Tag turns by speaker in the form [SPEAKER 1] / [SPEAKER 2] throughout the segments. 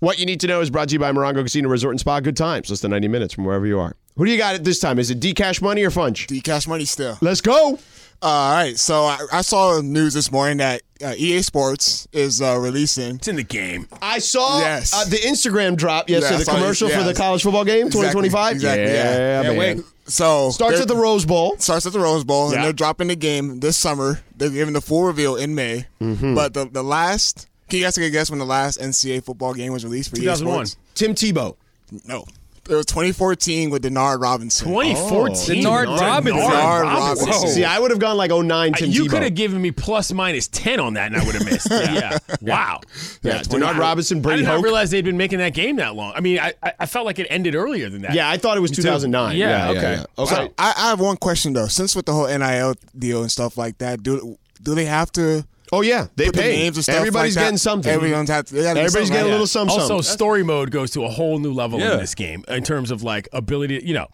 [SPEAKER 1] What you need to know is brought to you by Morongo Casino Resort and Spa. Good times, less than 90 minutes from wherever you are. Who do you got at this time? Is it D Cash Money or Funch?
[SPEAKER 2] Do you cash money still?
[SPEAKER 1] Let's go.
[SPEAKER 2] all right. So I, I saw news this morning that uh, EA Sports is uh, releasing.
[SPEAKER 3] It's in the game.
[SPEAKER 1] I saw
[SPEAKER 2] Yes.
[SPEAKER 1] uh, the Instagram drop yesterday,
[SPEAKER 2] Yeah, I
[SPEAKER 1] the
[SPEAKER 2] saw it.
[SPEAKER 1] commercial for
[SPEAKER 2] Yeah.
[SPEAKER 1] the college football game
[SPEAKER 2] Exactly,
[SPEAKER 1] 2025.
[SPEAKER 2] exactly,
[SPEAKER 1] yeah,
[SPEAKER 2] yeah.
[SPEAKER 1] man.
[SPEAKER 3] wait.
[SPEAKER 2] So
[SPEAKER 1] Starts
[SPEAKER 2] they're-
[SPEAKER 1] at the Rose Bowl.
[SPEAKER 2] starts at the Rose Bowl,
[SPEAKER 1] Yeah.
[SPEAKER 2] and they're dropping the game this summer. They're giving the full reveal in May. But the the last, can you guys take a guess when the last NCAA football game was released for EA
[SPEAKER 3] 2001.
[SPEAKER 2] Sports?
[SPEAKER 1] Tim Tebow.
[SPEAKER 2] No, it was 2014 with Denard Robinson.
[SPEAKER 3] 2014.
[SPEAKER 4] Denard Robinson.
[SPEAKER 2] Denard Robinson.
[SPEAKER 3] Whoa.
[SPEAKER 1] Oh. See, I would have gone like 09 Tim
[SPEAKER 3] you
[SPEAKER 1] Tebow.
[SPEAKER 3] could have given me plus minus 10 on that and I would have missed. yeah. Wow.
[SPEAKER 1] Yeah,
[SPEAKER 3] That's
[SPEAKER 1] Denard
[SPEAKER 3] wild.
[SPEAKER 1] Robinson, Brady
[SPEAKER 3] I did
[SPEAKER 1] Hoke.
[SPEAKER 3] not realize they'd been making that game that long. I mean, I, I I felt like it ended earlier than that.
[SPEAKER 1] yeah, I thought it was 2009.
[SPEAKER 3] Yeah, okay.
[SPEAKER 1] Okay.
[SPEAKER 3] Wow.
[SPEAKER 2] I, I have one question though. Since with the whole NIL deal and stuff like that, do do they have to
[SPEAKER 1] Oh, yeah. They
[SPEAKER 2] put the
[SPEAKER 1] pay.
[SPEAKER 2] names and stuff?
[SPEAKER 1] Everybody's
[SPEAKER 2] like that?
[SPEAKER 1] getting something.
[SPEAKER 2] Everyone's had to, they gotta do
[SPEAKER 1] Everybody's
[SPEAKER 2] something
[SPEAKER 1] getting a
[SPEAKER 2] like
[SPEAKER 1] little some
[SPEAKER 2] that.
[SPEAKER 3] also,
[SPEAKER 1] some.
[SPEAKER 3] story mode goes to a whole new level
[SPEAKER 4] Yeah.
[SPEAKER 3] in this game in terms of like ability, you know,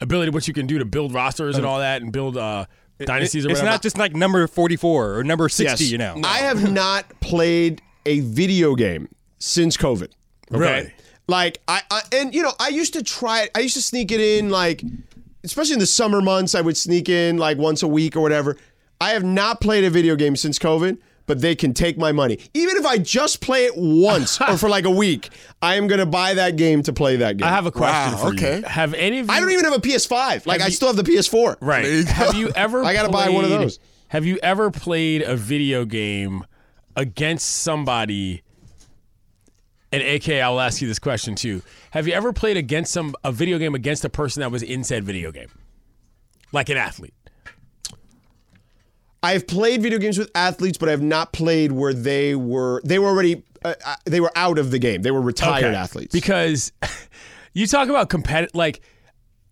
[SPEAKER 3] ability what you can do to build rosters and all that and build uh, dynasties or
[SPEAKER 4] it's
[SPEAKER 3] whatever.
[SPEAKER 4] not just like number 44 or number 60,
[SPEAKER 1] Yes.
[SPEAKER 4] you know.
[SPEAKER 1] I have not played a video game since COVID. Okay.
[SPEAKER 3] Really?
[SPEAKER 1] Like I, I and you know, I used to try it. I used to sneak it in like especially in the summer months, I would sneak in like once a week or whatever. I have not played a video game since COVID. But they can take my money. Even if I just play it once or for like a week, I am going to buy that game to play that game.
[SPEAKER 3] I have a question
[SPEAKER 2] Wow,
[SPEAKER 3] for you.
[SPEAKER 2] okay.
[SPEAKER 3] Have any of you
[SPEAKER 1] I don't even have a PS5. Like, I still have the PS4.
[SPEAKER 3] Right.
[SPEAKER 2] There you
[SPEAKER 3] Have you ever?
[SPEAKER 1] I gotta buy one of
[SPEAKER 3] played-
[SPEAKER 1] those.
[SPEAKER 3] Have you ever played a video game against somebody? And AK, I'll ask you this question too. Have you ever played against some a video game against a person that was in said video game, like an athlete?
[SPEAKER 1] I've played video games with athletes, but I've not played where they were they were already uh, uh, they were out of the game. They were retired
[SPEAKER 3] Okay.
[SPEAKER 1] athletes.
[SPEAKER 3] Because you talk about competitive, like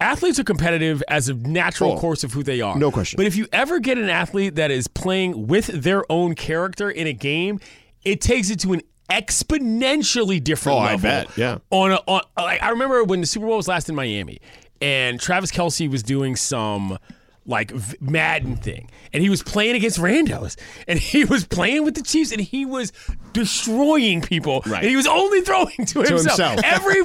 [SPEAKER 3] athletes are competitive as a natural
[SPEAKER 1] Oh,
[SPEAKER 3] course of who they are.
[SPEAKER 1] no question.
[SPEAKER 3] But if you ever get an athlete that is playing with their own character in a game, it takes it to an exponentially different
[SPEAKER 1] Oh, I
[SPEAKER 3] level.
[SPEAKER 1] bet, yeah.
[SPEAKER 3] On a, on like I remember when the Super Bowl was last in Miami, and Travis Kelsey was doing some. Like v- Madden thing, and he was playing against randos, and he was playing with the Chiefs, and he was destroying people,
[SPEAKER 1] Right.
[SPEAKER 3] and he was only throwing to himself.
[SPEAKER 1] himself.
[SPEAKER 3] Every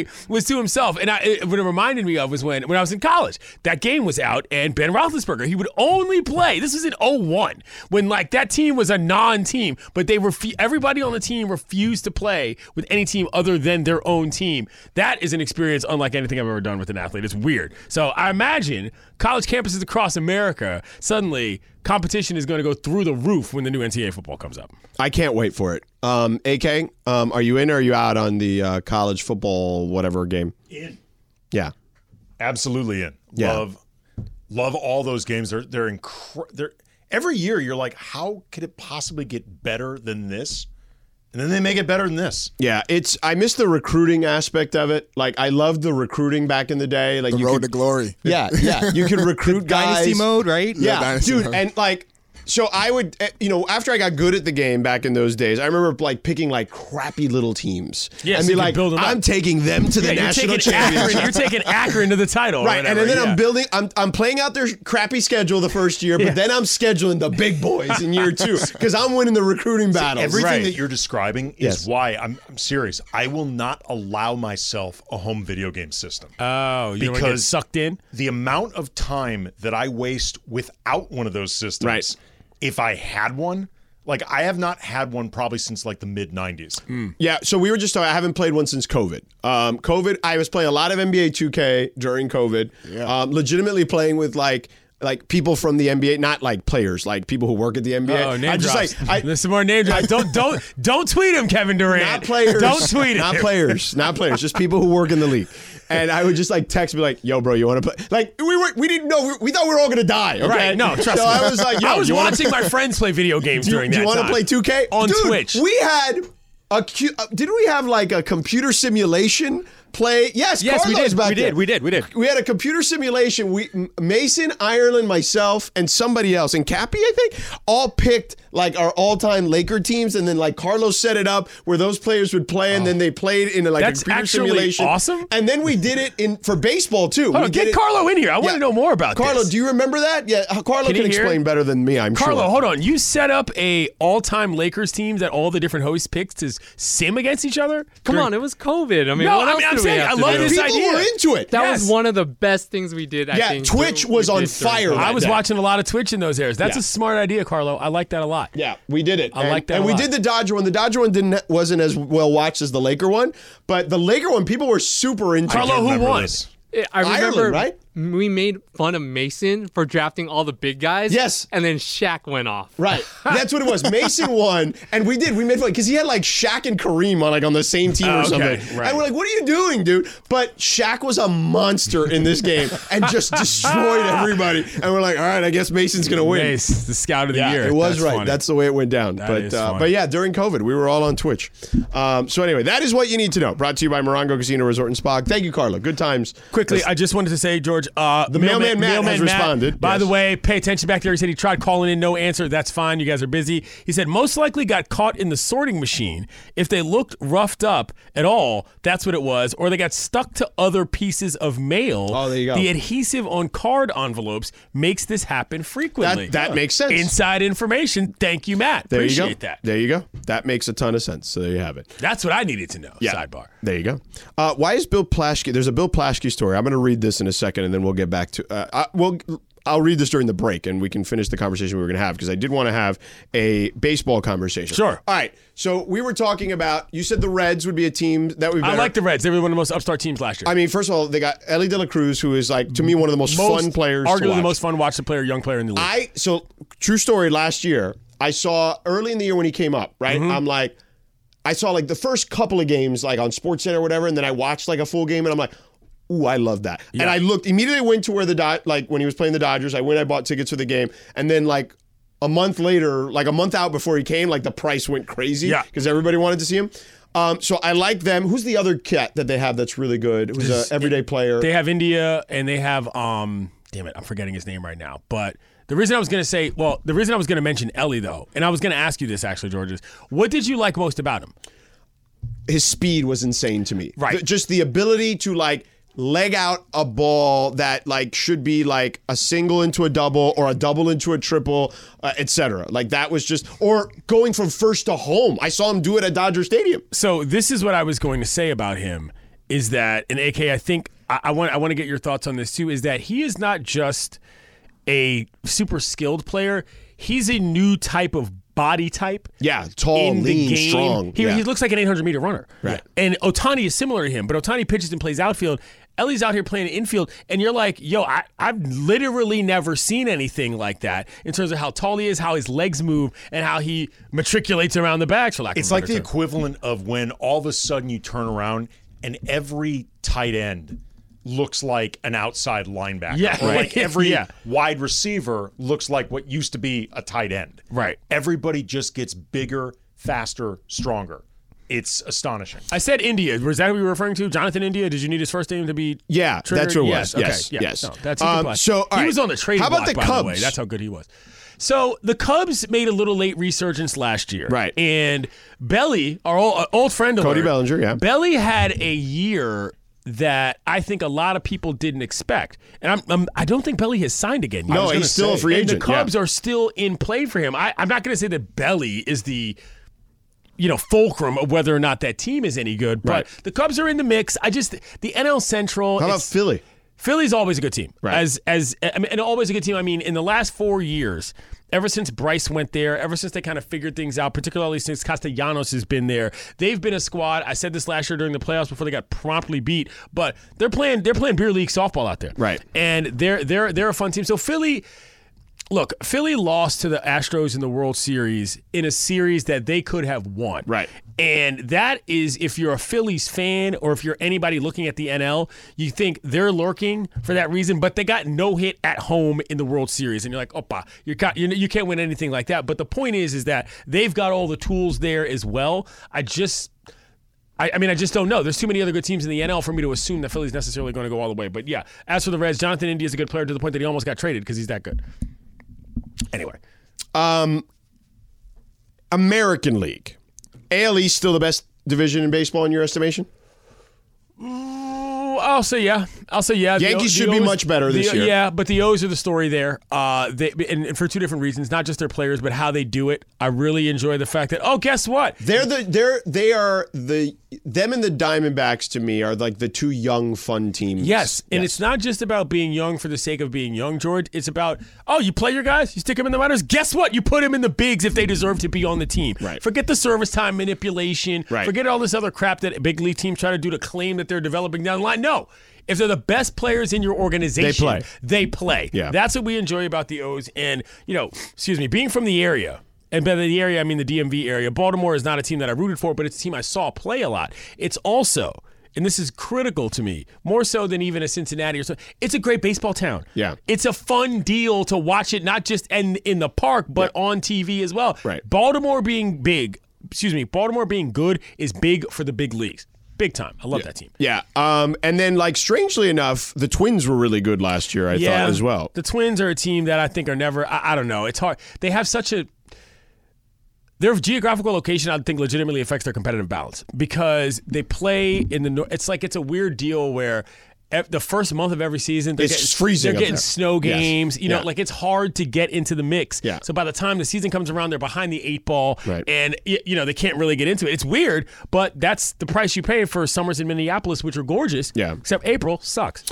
[SPEAKER 1] Yeah.
[SPEAKER 3] was to himself, and I, it, what it reminded me of was when when I was in college. That game was out, and Ben Roethlisberger he would only play. This was in 01, when like that team was a non-team, but they were everybody on the team refused to play with any team other than their own team. That is an experience unlike anything I've ever done with an athlete. It's weird. So I imagine college campuses across America suddenly competition is going to go through the roof when the new NCAA football comes up.
[SPEAKER 1] I can't wait for it. Um, AK, um, are you in or are you out on the uh, college football whatever game? In. Yeah.
[SPEAKER 5] absolutely in.
[SPEAKER 1] Yeah.
[SPEAKER 5] Love love all those games. They're they're incre- they're every year you're like, how could it possibly get better than this? And then they make it better than this.
[SPEAKER 1] Yeah, it's I miss the recruiting aspect of it. Like I loved the recruiting back in the day. Like
[SPEAKER 2] The
[SPEAKER 1] you
[SPEAKER 2] road
[SPEAKER 1] could,
[SPEAKER 2] to glory.
[SPEAKER 1] Yeah, yeah. You could recruit guys.
[SPEAKER 4] Dynasty mode, right?
[SPEAKER 1] Yeah,
[SPEAKER 2] dynasty
[SPEAKER 1] dude,
[SPEAKER 2] mode.
[SPEAKER 1] and like, so I would, eh, you know, after I got good at the game back in those days, I remember like picking like crappy little teams.
[SPEAKER 3] Yeah,
[SPEAKER 1] and
[SPEAKER 3] so
[SPEAKER 1] be
[SPEAKER 3] you could
[SPEAKER 1] like,
[SPEAKER 3] build 'em up.
[SPEAKER 1] I'm taking them to the
[SPEAKER 3] Yeah, you're
[SPEAKER 1] national
[SPEAKER 3] taking Akron,
[SPEAKER 1] championship.
[SPEAKER 3] you're taking Akron to the title, or
[SPEAKER 1] Right, and
[SPEAKER 3] whatever,
[SPEAKER 1] then
[SPEAKER 3] yeah.
[SPEAKER 1] I'm building. I'm I'm playing out their crappy schedule the first year, but
[SPEAKER 3] Yeah.
[SPEAKER 1] then I'm scheduling the big boys in year two because I'm winning the recruiting battles.
[SPEAKER 5] Everything
[SPEAKER 3] Right.
[SPEAKER 5] that you're describing is
[SPEAKER 1] Oh, Yes.
[SPEAKER 5] why I'm, I'm serious. I will not allow myself a home video game system.
[SPEAKER 1] Uh,
[SPEAKER 3] Oh, you because
[SPEAKER 5] Because-
[SPEAKER 3] sucked in.
[SPEAKER 5] the amount of time that I waste without one of those systems,
[SPEAKER 1] Right.
[SPEAKER 5] if I had one, like I have not had one probably since like the mid 90s.
[SPEAKER 1] Yeah, so we were just talking. I haven't played one since COVID. Um, COVID, I was playing a lot of NBA 2K during COVID. Um, legitimately playing with like like people from the NBA, not like players, like people who work at the NBA.
[SPEAKER 3] Oh, name
[SPEAKER 1] I just
[SPEAKER 3] drops.
[SPEAKER 1] like I,
[SPEAKER 3] There's some more name drops. Don't don't don't tweet him, Kevin Durant.
[SPEAKER 1] not players.
[SPEAKER 3] Don't tweet him.
[SPEAKER 1] Not players. Not players. Just people who work in the league. And I would just like text me like, "Yo, bro, you want to play?" Like we were, we didn't know. We, we thought we were all gonna die. Okay?
[SPEAKER 3] Right? No, trust
[SPEAKER 1] so
[SPEAKER 3] me.
[SPEAKER 1] I was like, "Yo,
[SPEAKER 3] I was
[SPEAKER 1] you wanna
[SPEAKER 3] watching my friends play video games
[SPEAKER 1] do,
[SPEAKER 3] during
[SPEAKER 1] do
[SPEAKER 3] that
[SPEAKER 1] you wanna
[SPEAKER 3] time.
[SPEAKER 1] play 2K
[SPEAKER 3] on
[SPEAKER 1] Dude,
[SPEAKER 3] Twitch?
[SPEAKER 1] We had a cu- uh, didn't we have like a computer simulation play? Yes,
[SPEAKER 4] yes, we
[SPEAKER 1] Carlos
[SPEAKER 4] did.
[SPEAKER 1] Back
[SPEAKER 4] We
[SPEAKER 1] there.
[SPEAKER 4] did. We did. We did.
[SPEAKER 1] We had a computer simulation. We M- Mason, Ireland, myself, and somebody else, and Cappy, I think, all picked like our all-time Laker teams, and then like Carlos set it up where those players would play, and then they played in like
[SPEAKER 3] Oh. That's
[SPEAKER 1] a computer
[SPEAKER 3] actually
[SPEAKER 1] simulation.
[SPEAKER 3] awesome.
[SPEAKER 1] And then we did it in for baseball too.
[SPEAKER 3] Hold
[SPEAKER 1] we
[SPEAKER 3] on,
[SPEAKER 1] did
[SPEAKER 3] get
[SPEAKER 1] it-
[SPEAKER 3] Carlo in here. I want to
[SPEAKER 1] Yeah.
[SPEAKER 3] know more about
[SPEAKER 1] Carlo,
[SPEAKER 3] this.
[SPEAKER 1] do you remember that? Yeah, uh, Carlo
[SPEAKER 3] Can
[SPEAKER 1] can,
[SPEAKER 3] you hear?
[SPEAKER 1] explain better than me. I'm
[SPEAKER 3] Carlo,
[SPEAKER 1] sure.
[SPEAKER 3] hold on. You set up a all-time Lakers team that all the different hosts picked to sim against each other.
[SPEAKER 6] Come on, it was COVID. I mean,
[SPEAKER 3] No,
[SPEAKER 6] what
[SPEAKER 3] I
[SPEAKER 6] else
[SPEAKER 3] mean, I'm
[SPEAKER 6] do we
[SPEAKER 3] saying
[SPEAKER 6] have
[SPEAKER 3] I
[SPEAKER 6] to
[SPEAKER 3] love
[SPEAKER 6] do?
[SPEAKER 3] this
[SPEAKER 1] People
[SPEAKER 3] idea.
[SPEAKER 1] were into it.
[SPEAKER 6] That
[SPEAKER 3] Yes.
[SPEAKER 6] was one of the best things we did. I
[SPEAKER 1] Yeah,
[SPEAKER 6] think,
[SPEAKER 1] Twitch
[SPEAKER 6] we
[SPEAKER 1] was
[SPEAKER 6] did
[SPEAKER 1] on
[SPEAKER 6] during
[SPEAKER 1] fire.
[SPEAKER 6] that.
[SPEAKER 3] I was
[SPEAKER 1] that.
[SPEAKER 3] watching a lot of Twitch in those eras. That's
[SPEAKER 1] Yeah.
[SPEAKER 3] a smart idea, Carlo. I like that a lot.
[SPEAKER 1] Yeah, we did it.
[SPEAKER 3] I
[SPEAKER 1] and,
[SPEAKER 3] like that
[SPEAKER 1] And
[SPEAKER 3] a
[SPEAKER 1] we
[SPEAKER 3] lot.
[SPEAKER 1] did the Dodger one. The Dodger one didn't wasn't as well watched as the Laker one, but the Laker one people were super into.
[SPEAKER 3] Carlo,
[SPEAKER 1] it.
[SPEAKER 3] who
[SPEAKER 5] remember
[SPEAKER 3] won?
[SPEAKER 5] this.
[SPEAKER 6] Yeah, I
[SPEAKER 1] Ireland,
[SPEAKER 6] remember
[SPEAKER 1] right?
[SPEAKER 6] we made fun of Mason for drafting all the big guys.
[SPEAKER 1] Yes.
[SPEAKER 6] And then Shaq went off.
[SPEAKER 1] Right, that's what it was. Mason won, and we did. We made fun because he had like Shaq and Kareem on like on the same team or
[SPEAKER 3] Oh, okay,
[SPEAKER 1] something.
[SPEAKER 3] right.
[SPEAKER 1] And we're like, "What are you doing, dude?" But Shaq was a monster in this game and just destroyed everybody. And we're like, "All right, I guess Mason's gonna win."
[SPEAKER 3] Nice, the scout of the
[SPEAKER 1] Yeah,
[SPEAKER 3] year.
[SPEAKER 1] it was
[SPEAKER 3] That's
[SPEAKER 1] right.
[SPEAKER 3] funny.
[SPEAKER 1] That's the way it went down. but
[SPEAKER 3] is
[SPEAKER 1] uh,
[SPEAKER 3] funny.
[SPEAKER 1] but yeah, during COVID, we were all on Twitch. Um, so anyway, that is what you need to know. Brought to you by Morongo Casino Resort and Spa. Thank you, Carla. Good times.
[SPEAKER 3] Quickly, I just wanted to say, George, uh, the
[SPEAKER 1] mailman Matt has responded.
[SPEAKER 3] By
[SPEAKER 1] Yes.
[SPEAKER 3] the way, pay attention back there. He said he tried calling in, no answer. That's fine. You guys are busy. He said most likely got caught in the sorting machine. If they looked roughed up at all, that's what it was. Or they got stuck to other pieces of mail.
[SPEAKER 1] Oh, there you go.
[SPEAKER 3] The adhesive on card envelopes makes this happen frequently.
[SPEAKER 1] That- that makes sense.
[SPEAKER 3] Inside information. Thank you, Matt.
[SPEAKER 1] There
[SPEAKER 3] Appreciate
[SPEAKER 1] you go.
[SPEAKER 3] that.
[SPEAKER 1] There you go. That makes a ton of sense. So there you have it.
[SPEAKER 3] That's what I needed to know. Sidebar.
[SPEAKER 1] There you go. Uh, why is Bill Plashke? There's a Bill Plashke story. I'm going to read this in a second, and then we'll get back to. Uh, I, well, I'll read this during the break, and we can finish the conversation we were going to have because I did want to have a baseball conversation.
[SPEAKER 3] Sure.
[SPEAKER 1] All right. So we were talking about. You said the Reds would be a team that we.
[SPEAKER 3] I like the Reds. They were one of the most upstart teams last year.
[SPEAKER 1] I mean, first of all, they got Ellie De La Cruz, who is like to me one of the most,
[SPEAKER 3] Most-
[SPEAKER 1] fun players. to
[SPEAKER 3] Arguably the
[SPEAKER 1] watch.
[SPEAKER 3] most fun watch the player, young player in the league.
[SPEAKER 1] I so true story. Last year, I saw early in the year when he came up. Right, I'm like, I saw like the first couple of games like on Sports Center or whatever, and then I watched like a full game, and I'm like. Ooh, I love that. And I looked immediately went to where the Dod- like when he was playing the Dodgers, I went I bought tickets for the game and then like a month later, like a month out before he came, like the price went crazy
[SPEAKER 3] Yeah.
[SPEAKER 1] cuz everybody wanted to see him. Um, so I like them. Who's the other cat that they have that's really good? Who's an everyday player?
[SPEAKER 3] They have India and they have um damn it, I'm forgetting his name right now. But the reason I was gonna say well, the reason I was gonna mention Ellie though, and I was gonna ask you this actually, George, is what did you like most about him?
[SPEAKER 1] his speed was insane to me.
[SPEAKER 3] Right.
[SPEAKER 1] Th- just the ability to like leg out a ball that like should be like a single into a double or a double into a triple, uh, etc. Like that was just or going from first to home. I saw him do it at Dodger Stadium.
[SPEAKER 3] So this is what I was going to say about him is that and AK I think I, I want I want to get your thoughts on this too, is that he is not just a super skilled player. He's a new type of body type.
[SPEAKER 1] Yeah, tall, lean,
[SPEAKER 3] in the game.
[SPEAKER 1] strong.
[SPEAKER 3] He,
[SPEAKER 1] yeah.
[SPEAKER 3] he looks like an 800 meter runner. Right. And Otani is similar to him, but Otani pitches and plays outfield. Ellie's out here playing infield, and you're like, yo, I, I've literally never seen anything like that in terms of how tall he is, how his legs move, and how he matriculates around the bags, for lack of
[SPEAKER 5] It's
[SPEAKER 3] a
[SPEAKER 5] like
[SPEAKER 3] better
[SPEAKER 5] the
[SPEAKER 3] term.
[SPEAKER 5] equivalent of when all of a sudden you turn around and every tight end looks like an outside linebacker.
[SPEAKER 3] Yeah,
[SPEAKER 5] Or
[SPEAKER 3] right.
[SPEAKER 5] like every
[SPEAKER 3] Yeah.
[SPEAKER 5] wide receiver looks like what used to be a tight end.
[SPEAKER 3] Right.
[SPEAKER 5] Everybody just gets bigger, faster, stronger. It's astonishing.
[SPEAKER 3] I said India. Was that what you were referring to? Jonathan India? Did you need his first name to be.
[SPEAKER 1] Yeah,
[SPEAKER 3] triggered?
[SPEAKER 1] that's who it
[SPEAKER 3] yes,
[SPEAKER 1] was.
[SPEAKER 3] okay,
[SPEAKER 1] Yes,
[SPEAKER 3] yeah,
[SPEAKER 1] yes.
[SPEAKER 3] No, that's he could
[SPEAKER 1] Um,
[SPEAKER 3] play.
[SPEAKER 1] so, all
[SPEAKER 3] he
[SPEAKER 1] right.
[SPEAKER 3] was on the trade
[SPEAKER 1] How about
[SPEAKER 3] block,
[SPEAKER 1] the
[SPEAKER 3] by the way.
[SPEAKER 1] Cubs?
[SPEAKER 3] That's how good he was. So the Cubs made a little late resurgence last year,
[SPEAKER 1] Right.
[SPEAKER 3] And Belly, our old, our old friend of
[SPEAKER 1] Cody
[SPEAKER 3] ours,
[SPEAKER 1] Bellinger, yeah.
[SPEAKER 3] Belly had a year that I think a lot of people didn't expect, and I'm, I'm I don't think Belly has signed again. yet.
[SPEAKER 1] No,
[SPEAKER 5] was gonna
[SPEAKER 1] he's still a
[SPEAKER 5] say,
[SPEAKER 1] free
[SPEAKER 3] and
[SPEAKER 1] agent.
[SPEAKER 3] the
[SPEAKER 1] yeah.
[SPEAKER 3] Cubs are still in play for him. I, I'm not going to say that Belly is the you know fulcrum of whether or not that team is any good, but
[SPEAKER 1] Right.
[SPEAKER 3] the Cubs are in the mix. I just the NL Central.
[SPEAKER 1] How about
[SPEAKER 3] it's-
[SPEAKER 1] Philly?
[SPEAKER 3] Philly's always a good team.
[SPEAKER 1] Right.
[SPEAKER 3] As as I mean, and always a good team. I mean, in the last four years, ever since Bryce went there, ever since they kind of figured things out, particularly since Castellanos has been there, they've been a squad. I said this last year during the playoffs before they got promptly beat, but they're playing they're playing beer league softball out there.
[SPEAKER 1] Right.
[SPEAKER 3] And they're they're they're a fun team. So Philly Look, Philly lost to the Astros in the World Series in a series that they could have won.
[SPEAKER 1] Right.
[SPEAKER 3] And that is if you're a Phillies fan or if you're anybody looking at the NL, you think they're lurking for that reason, but they got no hit at home in the World Series and you're like, "Opa, you got you, you can't win anything like that." But the point is is that they've got all the tools there as well. I just I, I mean, I just don't know. There's too many other good teams in the NL for me to assume that Philly's necessarily going to go all the way. But yeah, as for the Reds, Jonathan India is a good player to the point that he almost got traded because he's that good. Anyway,
[SPEAKER 1] American League. AL East still the best division in baseball in your estimation?
[SPEAKER 3] Well, I'll say yeah. I'll say yeah. The
[SPEAKER 1] Yankees
[SPEAKER 3] O- the
[SPEAKER 1] should be
[SPEAKER 3] O's-
[SPEAKER 1] much better
[SPEAKER 3] the-
[SPEAKER 1] this year.
[SPEAKER 3] Yeah, but the O's are the story there. Uh, they, and, and for two different reasons, not just their players, but how they do it. I really enjoy the fact that oh, guess what?
[SPEAKER 1] They're the they're they are the them and the Diamondbacks to me are like the two young fun teams.
[SPEAKER 3] Yes, and it's not just about being young for the sake of being young, George. It's about oh, you play your guys, you stick them in the minors. Guess what? You put them in the bigs if they deserve to be on the team.
[SPEAKER 1] Right.
[SPEAKER 3] Forget the service time manipulation.
[SPEAKER 1] Right.
[SPEAKER 3] Forget all this other crap that big league teams try to do to claim that they're developing down the line. No. If they're the best players in your organization,
[SPEAKER 1] play.
[SPEAKER 3] They play.
[SPEAKER 1] Yeah.
[SPEAKER 3] That's what we enjoy about the O's. And, you know, excuse me, being from the area, and by the area, I mean the DMV area, Baltimore is not a team that I rooted for, but it's a team I saw play a lot. It's also, and this is critical to me, more so than even a Cincinnati or so, it's a great baseball town.
[SPEAKER 1] Yeah.
[SPEAKER 3] It's a fun deal to watch it, not just in, in the park, but on TV as well.
[SPEAKER 1] Right.
[SPEAKER 3] Baltimore being big, excuse me, Baltimore being good is big for the big leagues. Big time. I love that team.
[SPEAKER 1] Yeah. Um and then like strangely enough, the Twins were really good last year, I thought as well.
[SPEAKER 3] The Twins are a team that I think are never. I, I don't know. It's hard. They have such a their geographical location. I think legitimately affects their competitive balance because they play in the. nor- It's like it's a weird deal where. ev- The first month of every season, they're
[SPEAKER 1] It's
[SPEAKER 3] getting,
[SPEAKER 1] freezing
[SPEAKER 3] They're
[SPEAKER 1] up
[SPEAKER 3] getting
[SPEAKER 1] there.
[SPEAKER 3] snow
[SPEAKER 1] Yes.
[SPEAKER 3] games. You know,
[SPEAKER 1] Yeah.
[SPEAKER 3] like it's hard to get into the mix.
[SPEAKER 1] Yeah.
[SPEAKER 3] So by the time the season comes around, they're behind the eight ball,
[SPEAKER 1] Right.
[SPEAKER 3] and y- you know they can't really get into it. It's weird, but that's the price you pay for summers in Minneapolis, which are gorgeous.
[SPEAKER 1] Yeah.
[SPEAKER 3] Except April sucks.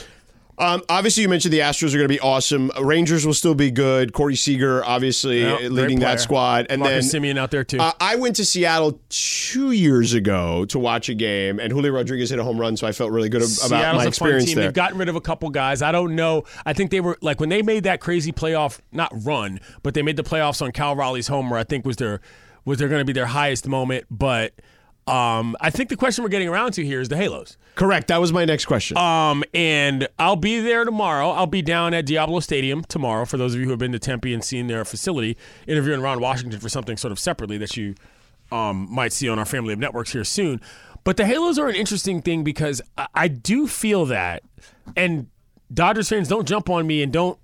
[SPEAKER 1] Um, obviously, you mentioned the Astros are going to be awesome. Uh, Rangers will still be good. Corey Seager, obviously,
[SPEAKER 3] Yeah, great
[SPEAKER 1] leading
[SPEAKER 3] player.
[SPEAKER 1] that squad. And
[SPEAKER 3] Marcus
[SPEAKER 1] then
[SPEAKER 3] Simeon out there too.
[SPEAKER 1] Uh, I went to Seattle two years ago to watch a game, and Julio Rodriguez hit a home run, so I felt really good ab- about
[SPEAKER 3] Seattle's
[SPEAKER 1] my
[SPEAKER 3] a fun
[SPEAKER 1] experience
[SPEAKER 3] team.
[SPEAKER 1] there.
[SPEAKER 3] They've gotten rid of a couple guys. I don't know. I think they were like when they made that crazy playoff not run, but they made the playoffs on Cal Raleigh's homer. I think was their was their going to be their highest moment. But um, I think the question we're getting around to here is the Halos.
[SPEAKER 1] Correct. That was my next question.
[SPEAKER 3] Um, and I'll be there tomorrow. I'll be down at Diablo Stadium tomorrow. For those of you who have been to Tempe and seen their facility, interviewing Ron Washington for something sort of separately that you um, might see on our family of networks here soon. But the Halos are an interesting thing because I, I do feel that, and Dodgers fans don't jump on me and don't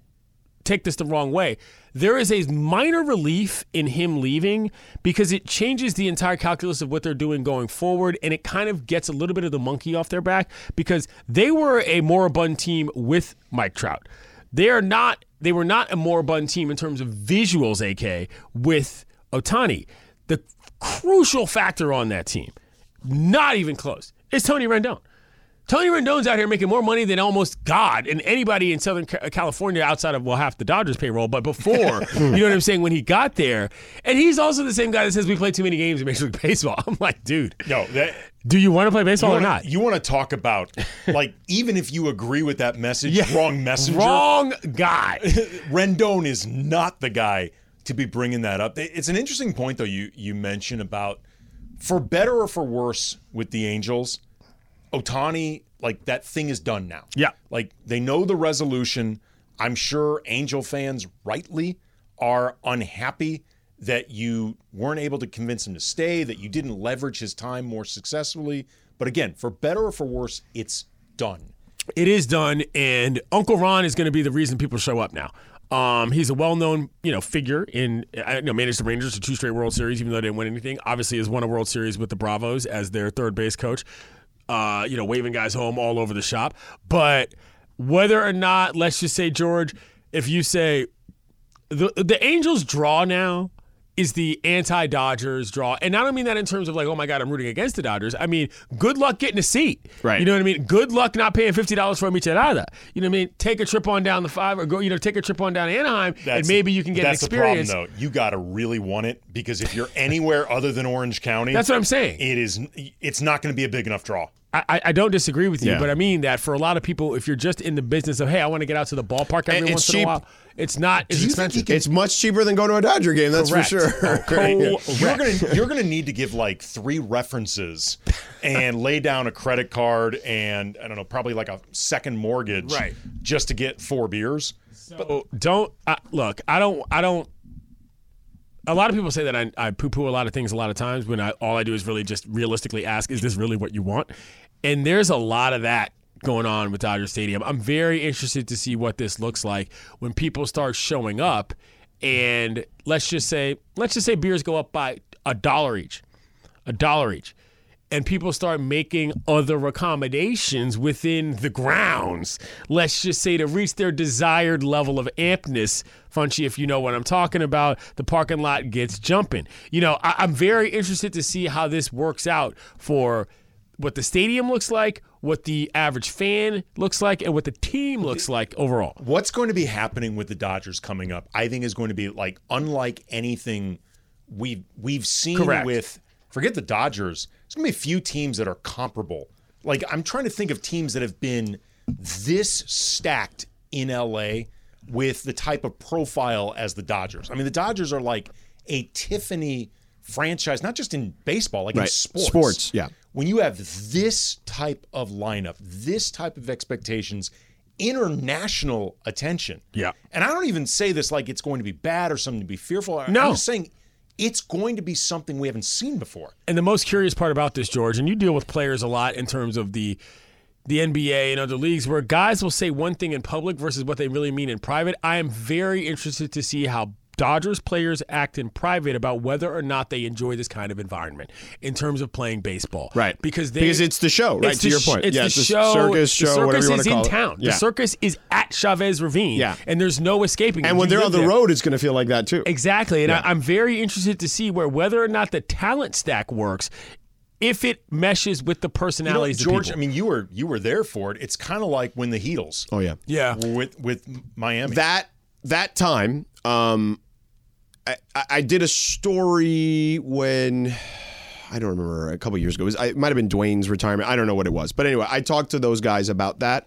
[SPEAKER 3] take this the wrong way. There is a minor relief in him leaving because it changes the entire calculus of what they're doing going forward, and it kind of gets a little bit of the monkey off their back because they were a moribund team with Mike Trout. They are not. They were not a moribund team in terms of visuals, AK, with Otani. The crucial factor on that team, not even close, is Tony Rendon. Tony Rendon's out here making more money than almost God and anybody in Southern Ca- California outside of well half the Dodgers payroll, but before you know what I'm saying when he got there, and he's also the same guy that says we play too many games in Major League Baseball. I'm like, dude,
[SPEAKER 5] No, that,
[SPEAKER 3] do you want to play baseball or not?
[SPEAKER 5] You want to talk about like even if you agree with that message, wrong messenger.
[SPEAKER 3] Wrong guy.
[SPEAKER 5] Rendon is not the guy to be bringing that up. It's an interesting point though you you mentioned about for better or for worse with the Angels, Otani like that thing is done now.
[SPEAKER 3] Yeah.
[SPEAKER 5] like they know the resolution. I'm sure Angel fans rightly are unhappy that you weren't able to convince him to stay, that you didn't leverage his time more successfully. But again, for better or for worse, it's done.
[SPEAKER 3] It is done, and Uncle Ron is going to be the reason people show up now. Um, he's a well-known, you know, figure in. I you know managed the Rangers to two straight World Series, even though they didn't win anything. Obviously, has won a World Series with the Bravos as their third base coach. Uh, you know, waving guys home all over the shop. But whether or not, let's just say, George, if you say the the Angels draw now is the anti Dodgers draw, and I don't mean that in terms of like, oh my god, I'm rooting against the Dodgers. I mean, good luck getting a seat.
[SPEAKER 1] Right.
[SPEAKER 3] You know what I mean? Good luck not paying fifty dollars for a michelada. You know what I mean? Take a trip on down the five, or go, you know, take a trip on down to Anaheim, and
[SPEAKER 5] That's-
[SPEAKER 3] maybe you can get an
[SPEAKER 5] that's
[SPEAKER 3] experience.
[SPEAKER 5] The problem, though, you got to really want it because if you're anywhere other than Orange County,
[SPEAKER 3] That's what I'm saying.
[SPEAKER 5] It is. It's not going to be a big enough draw.
[SPEAKER 3] I, I- I don't disagree with you,
[SPEAKER 1] Yeah.
[SPEAKER 3] but I mean that for a lot of people, if you're just in the business of hey, I want to get out to the ballpark every
[SPEAKER 1] it's
[SPEAKER 3] once in a
[SPEAKER 1] cheap.
[SPEAKER 3] while, it's not. It's expensive.
[SPEAKER 1] it's much cheaper than going to a Dodger game, that's
[SPEAKER 3] Correct.
[SPEAKER 1] for sure.
[SPEAKER 3] Correct.
[SPEAKER 5] You're gonna you're gonna need to give like three references and lay down a credit card and I don't know probably like a second mortgage
[SPEAKER 3] Right.
[SPEAKER 5] just to get four beers.
[SPEAKER 3] So don't I, look. I don't. I don't. A lot of people say that I, I poo-poo a lot of things a lot of times when I all I do is really just realistically ask, is this really what you want? And there's a lot of that going on with Dodger Stadium. I'm very interested to see what this looks like when people start showing up, and let's just say let's just say beers go up by a dollar each, a dollar each. And people start making other accommodations within the grounds, let's just say, to reach their desired level of ampness. Funchy, if you know what I'm talking about, the parking lot gets jumping. You know, I- I'm very interested to see how this works out for what the stadium looks like, what the average fan looks like, and what the team looks like overall.
[SPEAKER 5] What's going to be happening with the Dodgers coming up, I think is going to be like unlike anything we've we've seen
[SPEAKER 3] Correct.
[SPEAKER 5] with forget the Dodgers. There's gonna be a few teams that are comparable. Like I'm trying to think of teams that have been this stacked in LA with the type of profile as the Dodgers. I mean, the Dodgers are like a Tiffany franchise, not just in baseball, like in
[SPEAKER 1] Right.
[SPEAKER 5] sports.
[SPEAKER 1] Sports, yeah.
[SPEAKER 5] When you have this type of lineup, this type of expectations, international attention.
[SPEAKER 3] Yeah.
[SPEAKER 5] And I don't even say this like it's going to be bad or something to be fearful. I-
[SPEAKER 3] No.
[SPEAKER 5] I'm just saying it's going to be something we haven't seen before.
[SPEAKER 3] And the most curious part about this, George, and you deal with players a lot in terms of the the NBA and other leagues where guys will say one thing in public versus what they really mean in private. I am very interested to see how Dodgers players act in private about whether or not they enjoy this kind of environment in terms of playing baseball.
[SPEAKER 1] Right.
[SPEAKER 3] Because they
[SPEAKER 1] Because it's the show, right,
[SPEAKER 3] It's
[SPEAKER 1] to
[SPEAKER 3] the
[SPEAKER 1] your
[SPEAKER 3] sh-
[SPEAKER 1] point.
[SPEAKER 3] It's
[SPEAKER 1] Yeah,
[SPEAKER 3] the
[SPEAKER 1] it's a
[SPEAKER 3] show.
[SPEAKER 1] circus
[SPEAKER 3] the
[SPEAKER 1] show, whatever
[SPEAKER 3] circus
[SPEAKER 1] you wanna
[SPEAKER 3] is
[SPEAKER 1] call
[SPEAKER 3] in
[SPEAKER 1] it.
[SPEAKER 3] town.
[SPEAKER 1] Yeah.
[SPEAKER 3] The circus is at Chavez Ravine.
[SPEAKER 1] Yeah.
[SPEAKER 3] And there's no escaping. it.
[SPEAKER 1] And when
[SPEAKER 3] You
[SPEAKER 1] they're
[SPEAKER 3] live
[SPEAKER 1] on the
[SPEAKER 3] there.
[SPEAKER 1] road, it's going to feel like that too.
[SPEAKER 3] Exactly. And I, I'm very interested to see where whether or not the talent stack works, if it meshes with the
[SPEAKER 5] You know,
[SPEAKER 3] personalities
[SPEAKER 5] George, I
[SPEAKER 3] of people.
[SPEAKER 5] mean, you were you were there for it. It's kind of like when the Heatles
[SPEAKER 1] Oh yeah.
[SPEAKER 3] yeah.
[SPEAKER 5] were with with Miami.
[SPEAKER 1] That that time, um, I, I- I did a story when I don't remember a couple years ago. It, was, it might have been Dwayne's retirement. I don't know what it was, but anyway, I talked to those guys about that,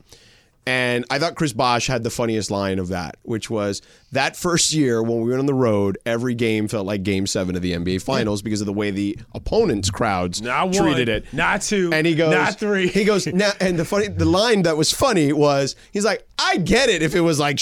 [SPEAKER 1] and I thought Chris Bosch had the funniest line of that, which was that first year when we went on the road, every game felt like Game Seven of the NBA Finals because of the way the opponents' crowds
[SPEAKER 3] Not one,
[SPEAKER 1] treated it.
[SPEAKER 3] Not two.
[SPEAKER 1] And he goes,
[SPEAKER 3] Not three.
[SPEAKER 1] He goes, now, and the funny, the line that was funny was, he's like, I get it if it was like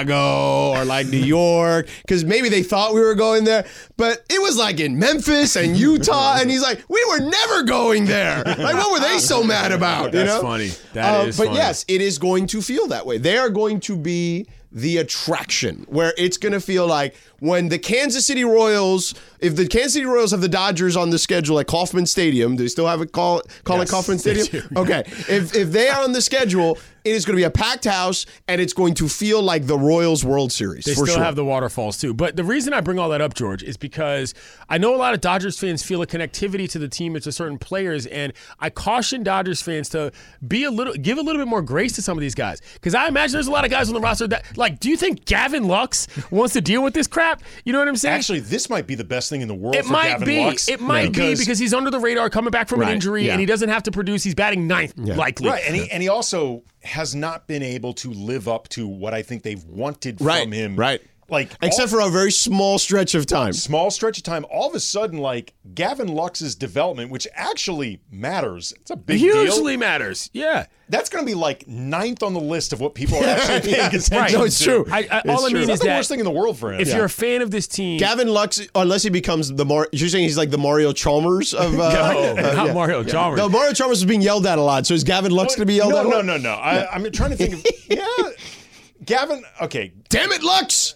[SPEAKER 1] Chicago or like New York, because maybe they thought we were going there, but it was like in Memphis and Utah, and he's like, we were never going there. Like, what were they so mad about? You
[SPEAKER 3] That's
[SPEAKER 1] know? Uh,
[SPEAKER 3] funny. That is
[SPEAKER 1] But
[SPEAKER 3] funny.
[SPEAKER 1] yes, it is going to feel that way. They are going to be the attraction where it's going to feel like when the Kansas City Royals, if the Kansas City Royals have the Dodgers on the schedule at Kauffman Stadium, do they still have it call call it Kauffman Stadium? Okay, if if they are on the schedule, it is going to be a packed house, and it's going to feel like the Royals World Series
[SPEAKER 3] They
[SPEAKER 1] for
[SPEAKER 3] still
[SPEAKER 1] sure.
[SPEAKER 3] have the waterfalls too. But the reason I bring all that up, George, is because I know a lot of Dodgers fans feel a connectivity to the team and to certain players, and I caution Dodgers fans to be a little, give a little bit more grace to some of these guys, because I imagine there's a lot of guys on the roster that, like, do you think Gavin Lux wants to deal with this crap? You know what I'm saying?
[SPEAKER 5] Actually, this might be the best thing in the world
[SPEAKER 3] It
[SPEAKER 5] for
[SPEAKER 3] might
[SPEAKER 5] Gavin
[SPEAKER 3] be.
[SPEAKER 5] Lux.
[SPEAKER 3] It might be because he's under the radar, coming back from an
[SPEAKER 1] Right,
[SPEAKER 3] injury,
[SPEAKER 1] yeah.
[SPEAKER 3] and he doesn't have to produce. He's batting ninth, likely.
[SPEAKER 5] Right, and he and he also has not been able to live up to what I think they've wanted
[SPEAKER 1] Right,
[SPEAKER 5] from him.
[SPEAKER 1] right.
[SPEAKER 5] Like
[SPEAKER 1] Except for a very small stretch of time.
[SPEAKER 5] small stretch of time, all of a sudden, like Gavin Lux's development, which actually matters, it's a big
[SPEAKER 3] hugely
[SPEAKER 5] deal.
[SPEAKER 3] matters. Yeah.
[SPEAKER 5] That's going to be like ninth on the list of what people are actually paying attention
[SPEAKER 3] Right.
[SPEAKER 5] to.
[SPEAKER 1] No, it's true.
[SPEAKER 3] I, I, all I
[SPEAKER 1] true.
[SPEAKER 3] mean
[SPEAKER 5] It's not
[SPEAKER 3] is
[SPEAKER 5] the
[SPEAKER 3] that
[SPEAKER 5] worst thing in the world for him.
[SPEAKER 3] if you're a fan of this team,
[SPEAKER 1] Gavin Lux, unless he becomes the Mar, you're saying he's like the Mario Chalmers of. Uh,
[SPEAKER 3] no,
[SPEAKER 1] uh,
[SPEAKER 3] Oh, not
[SPEAKER 1] yeah.
[SPEAKER 3] Mario Chalmers.
[SPEAKER 1] No, Mario Chalmers is being yelled at a lot. So is Gavin
[SPEAKER 3] Oh,
[SPEAKER 1] Lux going to be yelled
[SPEAKER 5] no,
[SPEAKER 1] at? a
[SPEAKER 5] no,
[SPEAKER 1] lot?
[SPEAKER 5] no, no. I, I'm trying to think of yeah, Gavin. Okay,
[SPEAKER 1] Damn it, Lux!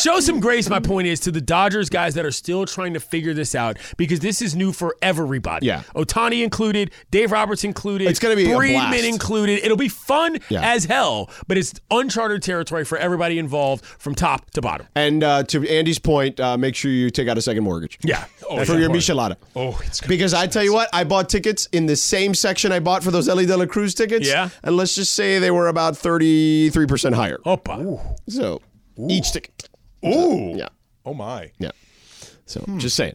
[SPEAKER 3] Show some grace, my point is, to the Dodgers guys that are still trying to figure this out because this is new for everybody.
[SPEAKER 1] Yeah.
[SPEAKER 3] Otani included, Dave Roberts included,
[SPEAKER 1] It's gonna be a
[SPEAKER 3] Friedman
[SPEAKER 1] blast.
[SPEAKER 3] included. It'll be fun
[SPEAKER 1] Yeah.
[SPEAKER 3] as hell, but it's uncharted territory for everybody involved from top to bottom.
[SPEAKER 1] And uh, to Andy's point, uh, make sure you take out a second mortgage.
[SPEAKER 3] Yeah. Oh,
[SPEAKER 1] for
[SPEAKER 3] yeah.
[SPEAKER 1] your Michelada.
[SPEAKER 5] Oh, it's gonna
[SPEAKER 1] because I tell you what, I bought tickets in the same section I bought for those Ellie De La Cruz tickets.
[SPEAKER 3] Yeah.
[SPEAKER 1] and let's just say they were about thirty three percent higher.
[SPEAKER 3] Opa.
[SPEAKER 1] So each ticket.
[SPEAKER 5] ooh,
[SPEAKER 1] Yeah,
[SPEAKER 5] oh my.
[SPEAKER 1] yeah. So
[SPEAKER 3] Hmm.
[SPEAKER 1] just saying.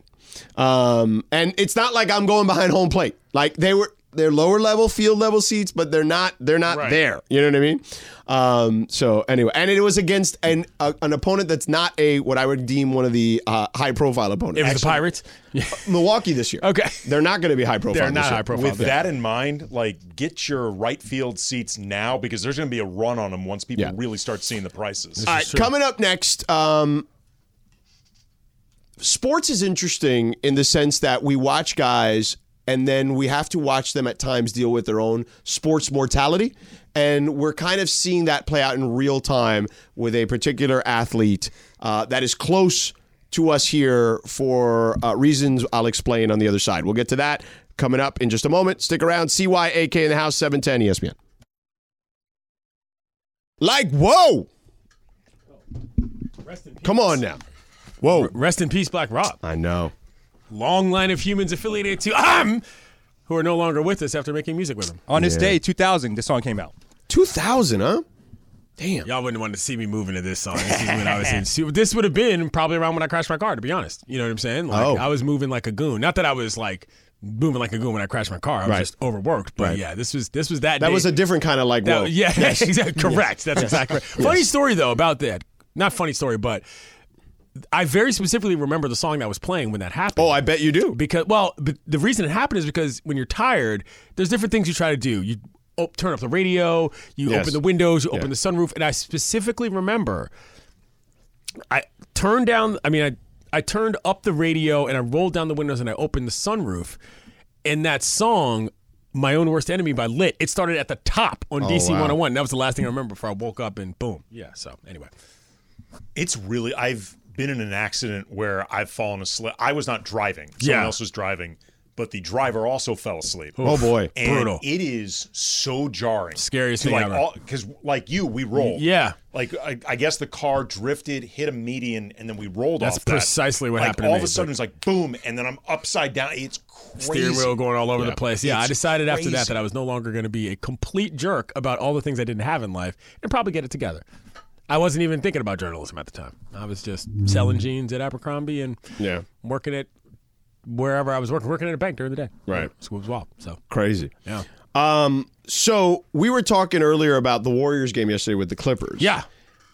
[SPEAKER 1] Um, and it's not like I'm going behind home plate. Like they were, they're lower level, field level seats, but they're not, they're not there. You know what I mean? Um, so anyway, and it was against an a, an opponent that's not a what I would deem one of the uh, high profile opponents.
[SPEAKER 3] It was the
[SPEAKER 1] Actually,
[SPEAKER 3] Pirates. Yeah.
[SPEAKER 1] Milwaukee this year.
[SPEAKER 3] Okay.
[SPEAKER 1] They're not going to be high profile.
[SPEAKER 3] They're
[SPEAKER 1] this
[SPEAKER 3] not
[SPEAKER 1] year.
[SPEAKER 3] high profile.
[SPEAKER 5] With that in mind, like get your right field seats now because there's going to be a run on them once people
[SPEAKER 1] Yeah.
[SPEAKER 5] really start seeing the prices.
[SPEAKER 1] All right, coming up next, um, sports is interesting in the sense that we watch guys and then we have to watch them at times deal with their own sports mortality. And we're kind of seeing that play out in real time with a particular athlete uh, that is close to us here for uh, reasons I'll explain on the other side. We'll get to that coming up in just a moment. Stick around. CYAK in the house, E 710 ESPN. Like, whoa. Come on now. Whoa.
[SPEAKER 3] Rest in peace, Black Rob.
[SPEAKER 1] I know.
[SPEAKER 3] Long line of humans affiliated to um, who are no longer with us after making music with him.
[SPEAKER 4] On this day, 2000, this song came out.
[SPEAKER 1] 2000, huh?
[SPEAKER 3] Y'all wouldn't want to see me moving to this song. This is when I was in. su- This would have been probably around when I crashed my car. To be honest, you know what I'm saying? Like,
[SPEAKER 1] Oh.
[SPEAKER 3] I was moving like a goon. Not that I was like moving like a goon when I crashed my car. I was
[SPEAKER 1] Right.
[SPEAKER 3] just overworked. But yeah, this was this was that.
[SPEAKER 1] That
[SPEAKER 3] day.
[SPEAKER 1] was a different kind of like,
[SPEAKER 3] That-
[SPEAKER 1] whoa.
[SPEAKER 3] yeah, exactly. Correct. That's exactly right. Funny story though about that. Not funny story, but I very specifically remember the song that was playing when that happened.
[SPEAKER 1] Oh, I bet you do.
[SPEAKER 3] because well, but the reason it happened is because when you're tired, there's different things you try to do. You op- turn up the radio, you
[SPEAKER 1] Yes.
[SPEAKER 3] open the windows, you open
[SPEAKER 1] Yeah.
[SPEAKER 3] the sunroof, and I specifically remember I turned down. I mean, I I turned up the radio and I rolled down the windows and I opened the sunroof, and that song. My own worst enemy by Lit. It started at the top on DC
[SPEAKER 1] Oh, wow.
[SPEAKER 3] 101. That was the last thing I remember before I woke up and boom. Yeah. So anyway,
[SPEAKER 5] It's really I've been in an accident where I've fallen asleep. I was not driving. Someone
[SPEAKER 3] Yeah.
[SPEAKER 5] else was driving, but the driver also fell asleep.
[SPEAKER 1] Oh, boy.
[SPEAKER 5] And
[SPEAKER 3] Brutal.
[SPEAKER 5] It is so jarring.
[SPEAKER 3] Scariest
[SPEAKER 5] to
[SPEAKER 3] thing
[SPEAKER 5] like
[SPEAKER 3] ever.
[SPEAKER 5] Because like you, we roll.
[SPEAKER 3] yeah.
[SPEAKER 5] Like I, I guess the car drifted, hit a median, and then we rolled
[SPEAKER 3] That's
[SPEAKER 5] off. that.
[SPEAKER 3] precisely what
[SPEAKER 5] Like,
[SPEAKER 3] happened to
[SPEAKER 5] All
[SPEAKER 3] me,
[SPEAKER 5] of a sudden, it's like boom, and then I'm upside down. It's crazy.
[SPEAKER 3] steering wheel going all over the place. Yeah, I
[SPEAKER 5] It's
[SPEAKER 3] decided after that
[SPEAKER 5] crazy.
[SPEAKER 3] that I was no longer going to be a complete jerk about all the things I didn't have in life and probably get it together. I wasn't even thinking about journalism at the time. I was just selling jeans at Abercrombie and
[SPEAKER 1] Yeah.
[SPEAKER 3] working at wherever I was working, working at a bank during the day.
[SPEAKER 1] Right.
[SPEAKER 3] School was wild. So
[SPEAKER 1] Crazy. Um,
[SPEAKER 3] yeah,
[SPEAKER 1] So we were talking earlier about the Warriors game yesterday with the Clippers.
[SPEAKER 3] yeah,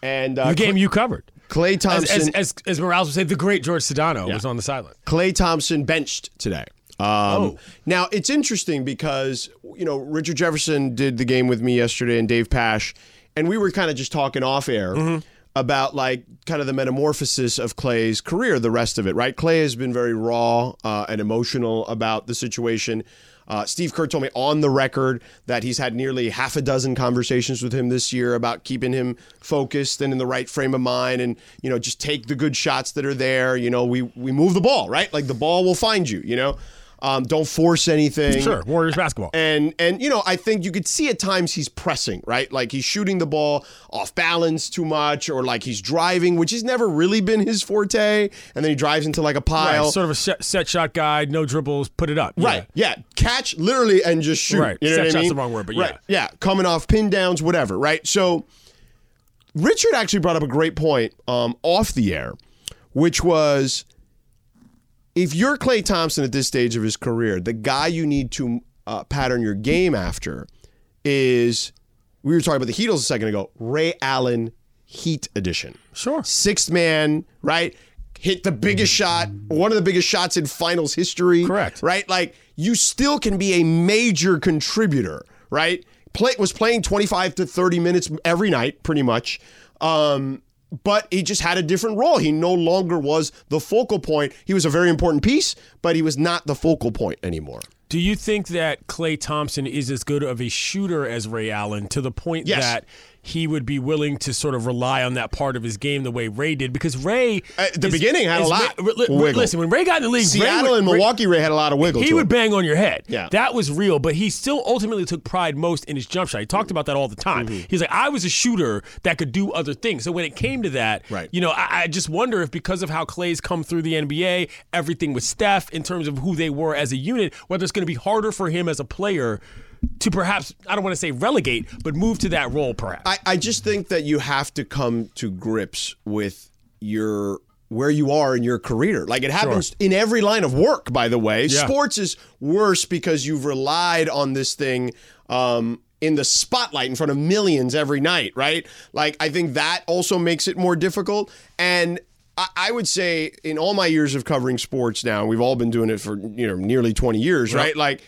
[SPEAKER 1] And uh,
[SPEAKER 3] the game you covered.
[SPEAKER 1] Clay
[SPEAKER 3] As,
[SPEAKER 1] Thompson.
[SPEAKER 3] as, as, as Morales would say, the great George Sedano was on the sideline.
[SPEAKER 1] Clay Thompson benched today. Um, Now it's interesting because you know Richard Jefferson did the game with me yesterday and Dave Pash, and we were kind of just talking off air about like kind of the metamorphosis of Clay's career, the rest of it. Right? Clay has been very raw uh, and emotional about the situation. Uh, Steve Kerr told me on the record that he's had nearly half a dozen conversations with him this year about keeping him focused and in the right frame of mind, and you know just take the good shots that are there. You know, we we move the ball right, like the ball will find you. You know, um, don't force anything.
[SPEAKER 3] Sure, Warriors basketball.
[SPEAKER 1] And and you know, I think you could see at times he's pressing, right? Like he's shooting the ball off balance too much, or like he's driving, which has never really been his forte. And then he drives into like a pile.
[SPEAKER 3] Right, sort of a set, set shot guy, no dribbles, put it up.
[SPEAKER 1] Right. Yeah. Catch literally and just shoot.
[SPEAKER 3] Right.
[SPEAKER 1] You know
[SPEAKER 3] Set
[SPEAKER 1] what I
[SPEAKER 3] shot's
[SPEAKER 1] mean?
[SPEAKER 3] the wrong word, but
[SPEAKER 1] Right. Yeah. Coming off pin downs, whatever. Right. So Richard actually brought up a great point um, off the air, which was if you're Clay Thompson at this stage of his career, the guy you need to uh, pattern your game after is we were talking about the Heatles a second ago, Ray Allen Heat Edition
[SPEAKER 3] Yeah. Sure.
[SPEAKER 1] sixth man, right? Hit the biggest shot, one of the biggest shots in finals history.
[SPEAKER 3] Correct.
[SPEAKER 1] Right? Like you still can be a major contributor, right? Play was playing 25 to 30 minutes every night, pretty much. Um, but he just had a different role. He no longer was the focal point. He was a very important piece, but he was not the focal point anymore.
[SPEAKER 3] Do you think that Clay Thompson is as good of a shooter as Ray Allen to the point
[SPEAKER 1] Yes.
[SPEAKER 3] that he would be willing to sort of rely on that part of his game the way Ray did? Because Ray
[SPEAKER 1] At the beginning had a lot
[SPEAKER 3] li- li-
[SPEAKER 1] wiggle.
[SPEAKER 3] Listen, when Ray got in the league, Ray
[SPEAKER 1] Seattle
[SPEAKER 3] would,
[SPEAKER 1] and
[SPEAKER 3] Ray-
[SPEAKER 1] Milwaukee Ray had a lot of wiggle.
[SPEAKER 3] he
[SPEAKER 1] to
[SPEAKER 3] would
[SPEAKER 1] him.
[SPEAKER 3] bang on your head.
[SPEAKER 1] Yeah.
[SPEAKER 3] That was real, but he still ultimately took pride most in his jump shot. He talked about that all the time.
[SPEAKER 1] Mm-hmm.
[SPEAKER 3] He's like, I was a shooter that could do other things. So when it came to that,
[SPEAKER 1] Right.
[SPEAKER 3] you know, I, I just wonder if because of how Clay's come through the NBA, everything with Steph in terms of who they were as a unit, whether it's going to be harder for him as a player to perhaps, I don't want to say relegate, but move to that role perhaps.
[SPEAKER 1] I, I just think that you have to come to grips with your where you are in your career. Like it happens in every line of work, by the way. Sports is worse because you've relied on this thing um, in the spotlight in front of millions every night, right? Like I think that also makes it more difficult. And I, I would say in all my years of covering sports now, we've all been doing it for you know nearly 20 years, right? Like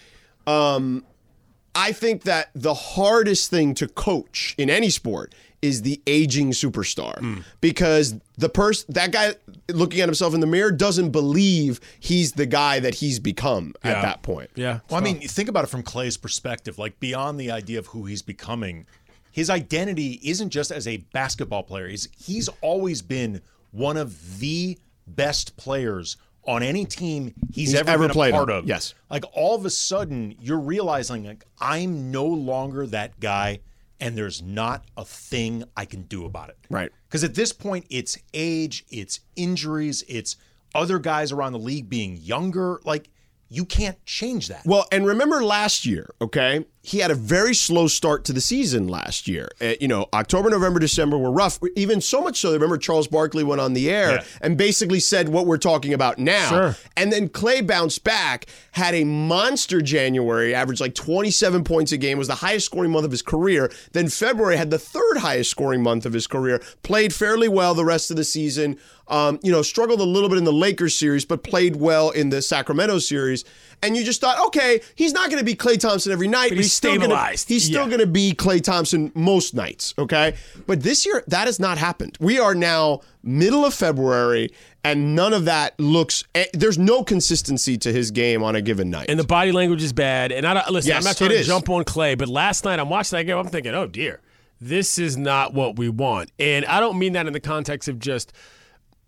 [SPEAKER 1] I think that the hardest thing to coach in any sport is the aging superstar
[SPEAKER 3] Hmm.
[SPEAKER 1] because the person that guy looking at himself in the mirror doesn't believe he's the guy that he's become at that point.
[SPEAKER 3] yeah.
[SPEAKER 5] Well, I mean, think about it from Clay's perspective. Like beyond the idea of who he's becoming, his identity isn't just as a basketball player. He's he's always been one of the best players on any team he's,
[SPEAKER 1] He's
[SPEAKER 5] ever,
[SPEAKER 1] ever
[SPEAKER 5] been a
[SPEAKER 1] played
[SPEAKER 5] part
[SPEAKER 1] on,
[SPEAKER 5] of.
[SPEAKER 1] yes.
[SPEAKER 5] Like all of a sudden, you're realizing like I'm no longer that guy, and there's not a thing I can do about it.
[SPEAKER 1] Right.
[SPEAKER 5] Because at this point, it's age, it's injuries, it's other guys around the league being younger. Like you can't change that.
[SPEAKER 1] Well, and remember last year, okay? He had a very slow start to the season last year. Uh, you know, October, November, December were rough. Even so much so, that remember Charles Barkley went on the air
[SPEAKER 5] Yeah.
[SPEAKER 1] and basically said what we're talking about now.
[SPEAKER 3] Sure.
[SPEAKER 1] And then Clay bounced back, had a monster January, averaged like 27 points a game, was the highest scoring month of his career. Then February had the third highest scoring month of his career, played fairly well the rest of the season. Um, you know, struggled a little bit in the Lakers series, but played well in the Sacramento series. And you just thought, okay, he's not going to be Clay Thompson every night, but
[SPEAKER 3] he's
[SPEAKER 1] still gonna-
[SPEAKER 3] stabilized.
[SPEAKER 1] he's still
[SPEAKER 3] Yeah.
[SPEAKER 1] going to be Clay Thompson most nights, okay? But this year, that has not happened. We are now middle of February, and none of that looks. eh, There's no consistency to his game on a given night.
[SPEAKER 3] and the body language is bad. And I don't, listen,
[SPEAKER 1] Yes,
[SPEAKER 3] I'm not trying
[SPEAKER 1] it
[SPEAKER 3] to
[SPEAKER 1] is.
[SPEAKER 3] jump on Clay, but last night I'm watching that game. I'm thinking, oh dear, this is not what we want. And I don't mean that in the context of just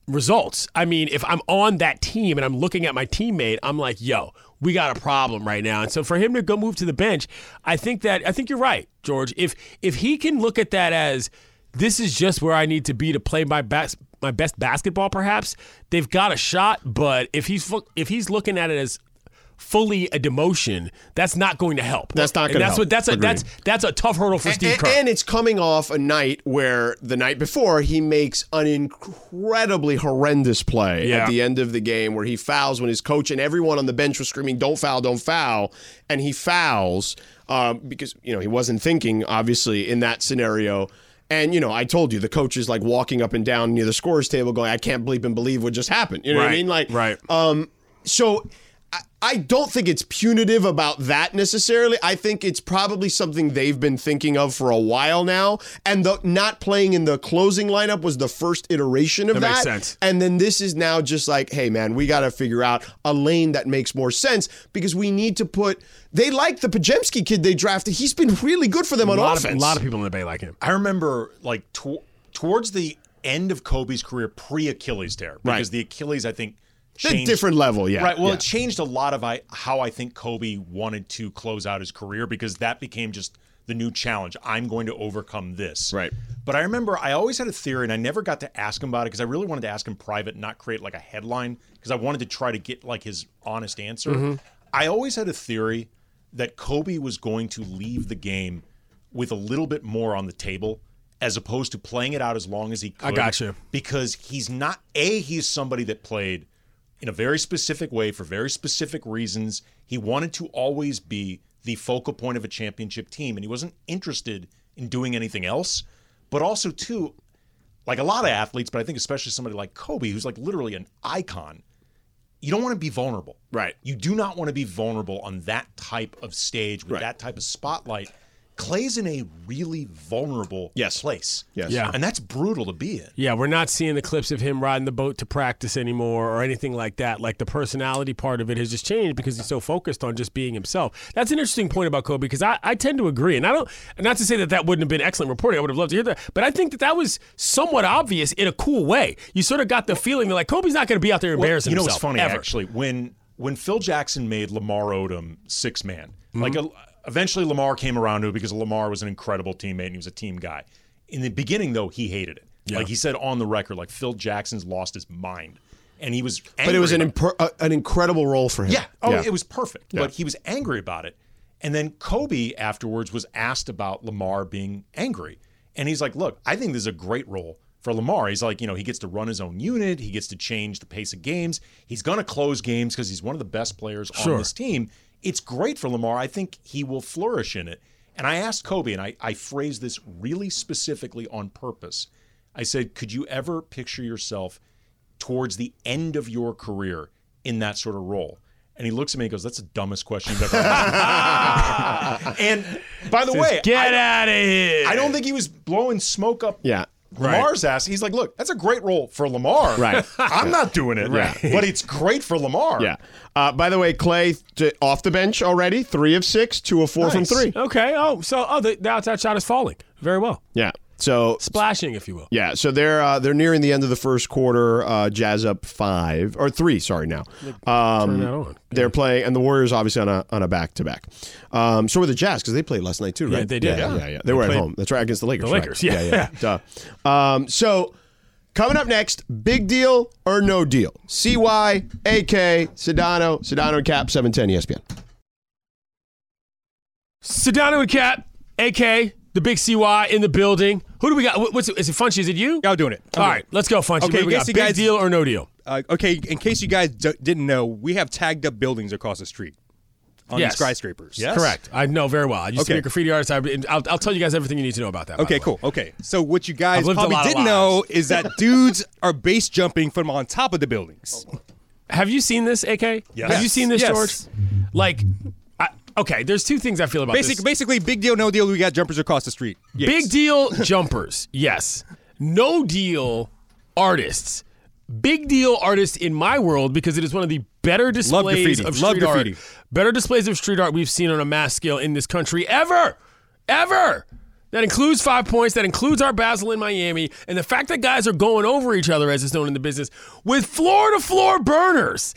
[SPEAKER 3] results. I mean, if I'm on that team and I'm looking at my teammate, I'm like, yo, we got a problem right now. And so for him to go move to the bench, I think that I think you're right, George. If if he can look at that as this is just where I need to be to play my best my best basketball perhaps, they've got a shot, but if he's fu- if he's looking at it as fully a demotion, that's not going to help.
[SPEAKER 1] That's not
[SPEAKER 3] And
[SPEAKER 1] gonna
[SPEAKER 3] That's
[SPEAKER 1] help.
[SPEAKER 3] what that's a
[SPEAKER 1] Agreed.
[SPEAKER 3] that's that's a tough hurdle for Steve
[SPEAKER 1] and,
[SPEAKER 3] Kerr.
[SPEAKER 1] and it's coming off a night where the night before he makes an incredibly horrendous play
[SPEAKER 3] Yeah.
[SPEAKER 1] at the end of the game where he fouls when his coach and everyone on the bench was screaming, "Don't foul! Don't foul!" and he fouls um, because you know he wasn't thinking obviously in that scenario. And you know, I told you the coach is like walking up and down near the scorer's table, going, "I can't believe and believe what just happened." You know what I
[SPEAKER 3] Right,
[SPEAKER 1] mean? Like,
[SPEAKER 3] right.
[SPEAKER 1] so I, I don't think it's punitive about that necessarily. I think it's probably something they've been thinking of for a while now. And the not playing in the closing lineup was the first iteration of that.
[SPEAKER 3] That makes sense.
[SPEAKER 1] And then this is now just like, hey man, we got to figure out a lane that makes more sense because we need to put. They like the Pajemski kid they drafted. He's been really good for them on
[SPEAKER 3] a, lot of,
[SPEAKER 1] offense.
[SPEAKER 3] a lot of people in the Bay like him.
[SPEAKER 5] I remember like tw- towards the end of Kobe's career, pre Achilles tear, because
[SPEAKER 1] Right.
[SPEAKER 5] the Achilles, I think,
[SPEAKER 1] At a
[SPEAKER 5] changed-
[SPEAKER 1] different level, yeah.
[SPEAKER 5] Right. Well,
[SPEAKER 1] yeah.
[SPEAKER 5] it changed a lot of I, how I think Kobe wanted to close out his career because that became just the new challenge. I'm going to overcome this.
[SPEAKER 1] Right.
[SPEAKER 5] But I remember I always had a theory, and I never got to ask him about it because I really wanted to ask him private, not create like a headline because I wanted to try to get like his honest answer.
[SPEAKER 1] Mm-hmm.
[SPEAKER 5] I always had a theory that Kobe was going to leave the game with a little bit more on the table as opposed to playing it out as long as he could.
[SPEAKER 3] I gotcha.
[SPEAKER 5] Because he's not a he's somebody that played in a very specific way for very specific reasons. He wanted to always be the focal point of a championship team, and he wasn't interested in doing anything else. But also, too, like a lot of athletes, but I think especially somebody like Kobe, who's like literally an icon, you don't want to be vulnerable.
[SPEAKER 1] Right.
[SPEAKER 5] You do not want to be vulnerable on that type of stage with
[SPEAKER 1] Right.
[SPEAKER 5] that type of spotlight. Clay's in a really vulnerable
[SPEAKER 1] Yes.
[SPEAKER 5] place.
[SPEAKER 1] Yes.
[SPEAKER 3] Yeah.
[SPEAKER 5] And that's brutal to be in.
[SPEAKER 3] Yeah, we're not seeing the clips of him riding the boat to practice anymore or anything like that. Like the personality part of it has just changed because he's so focused on just being himself. That's an interesting point about Kobe because I, I tend to agree. And I don't, not to say that that wouldn't have been excellent reporting. I would have loved to hear that. But I think that that was somewhat obvious in a cool way. You sort of got the feeling that like Kobe's not going to be out there embarrassing
[SPEAKER 5] you know
[SPEAKER 3] himself.
[SPEAKER 5] what's funny
[SPEAKER 3] ever.
[SPEAKER 5] actually when when Phil Jackson made Lamar Odom six man,
[SPEAKER 1] Mm-hmm.
[SPEAKER 5] like uh, eventually Lamar came around to it because Lamar was an incredible teammate and he was a team guy. In the beginning though, he hated it. Like he said on the record, like Phil Jackson's lost his mind, and he was.
[SPEAKER 1] but it was an
[SPEAKER 5] angry about
[SPEAKER 1] imper- uh, an incredible role for him.
[SPEAKER 5] yeah. Oh, it was perfect. But he was angry about it. And then Kobe afterwards was asked about Lamar being angry. And he's like, look, I think this is a great role for Lamar. He's like, you know, he gets to run his own unit, he gets to change the pace of games. He's going to close games because he's one of the best players on this team. It's great for Lamar. I think he will flourish in it. And I asked Kobe, and I, I phrased this really specifically on purpose. I said, could you ever picture yourself towards the end of your career in that sort of role? And he looks at me and goes, That's the dumbest question you've ever asked. and by the way,
[SPEAKER 3] Get
[SPEAKER 5] I,
[SPEAKER 3] out of here.
[SPEAKER 5] I don't think he was blowing smoke up
[SPEAKER 1] Yeah.
[SPEAKER 5] Lamar's ass. He's like, Look, that's a great role for Lamar.
[SPEAKER 1] Right.
[SPEAKER 5] I'm not doing it. But it's great for Lamar.
[SPEAKER 1] Yeah. Uh, by the way, Clay t- off the bench already, three of six, two of four from
[SPEAKER 5] Nice.
[SPEAKER 1] three.
[SPEAKER 3] Okay. Oh, so oh, the, the outside shot is falling. Very well.
[SPEAKER 1] Yeah. So
[SPEAKER 3] Splashing, if you will.
[SPEAKER 1] yeah, so they're uh, they're nearing the end of the first quarter. Uh, jazz up five or three, sorry now. Um,
[SPEAKER 3] Turn that on.
[SPEAKER 1] They're playing, and the Warriors obviously on a on a back to back. Um, so were the Jazz because they played last night too, right?
[SPEAKER 3] they did,
[SPEAKER 1] Yeah, yeah,
[SPEAKER 3] yeah.
[SPEAKER 1] yeah. They, were at
[SPEAKER 3] played
[SPEAKER 1] home. That's right against the Lakers.
[SPEAKER 3] the
[SPEAKER 1] right.
[SPEAKER 3] Lakers, yeah.
[SPEAKER 1] yeah. Duh. Um, so coming up next, big deal or no deal? CY, AK, Sedano, Sedano and Cap, seven ten E ESPN.
[SPEAKER 3] Sedano and Cap, AK, the big CY in the building. Who do we got? What- What's is it? Funchy? Is it you?
[SPEAKER 4] Y'all doing it. I'm
[SPEAKER 3] All
[SPEAKER 4] doing
[SPEAKER 3] right, let's go, Funchy.
[SPEAKER 4] Okay,
[SPEAKER 3] Okay, we
[SPEAKER 4] guess
[SPEAKER 3] got?
[SPEAKER 4] you
[SPEAKER 3] Big
[SPEAKER 4] guys-
[SPEAKER 3] deal or no deal?
[SPEAKER 4] it. Uh, okay, in case you guys d- didn't know, we have tagged up buildings across the street on
[SPEAKER 3] Yes.
[SPEAKER 4] the skyscrapers.
[SPEAKER 5] Yes.
[SPEAKER 3] Correct. I know very well. I used to be
[SPEAKER 4] Okay.
[SPEAKER 3] a graffiti artist. I, I'll, I'll tell you guys everything you need to know about that. by
[SPEAKER 4] Okay,
[SPEAKER 3] the way.
[SPEAKER 4] cool. Okay, so what you guys
[SPEAKER 3] I've lived a
[SPEAKER 4] probably
[SPEAKER 3] lot of
[SPEAKER 4] didn't know is that dudes are base jumping from on top of the buildings.
[SPEAKER 3] Oh, Have you seen this, AK? Yes. Have you seen this,
[SPEAKER 4] Yes.
[SPEAKER 3] George? Like, I, okay, there's two things I feel about
[SPEAKER 4] Basic,
[SPEAKER 3] this.
[SPEAKER 4] basically, big deal, no deal. We got jumpers across the street. Yes.
[SPEAKER 3] Big deal jumpers, yes. No deal artists. Big deal artists in my world because it is one of the better displays
[SPEAKER 4] graffiti.
[SPEAKER 3] of
[SPEAKER 4] Love
[SPEAKER 3] street art.
[SPEAKER 4] graffiti.
[SPEAKER 3] Better displays of street art we've seen on a mass scale in this country ever. Ever. That includes five points. That includes our Basel in Miami. And the fact that guys are going over each other, as it's known in the business, with floor to floor burners.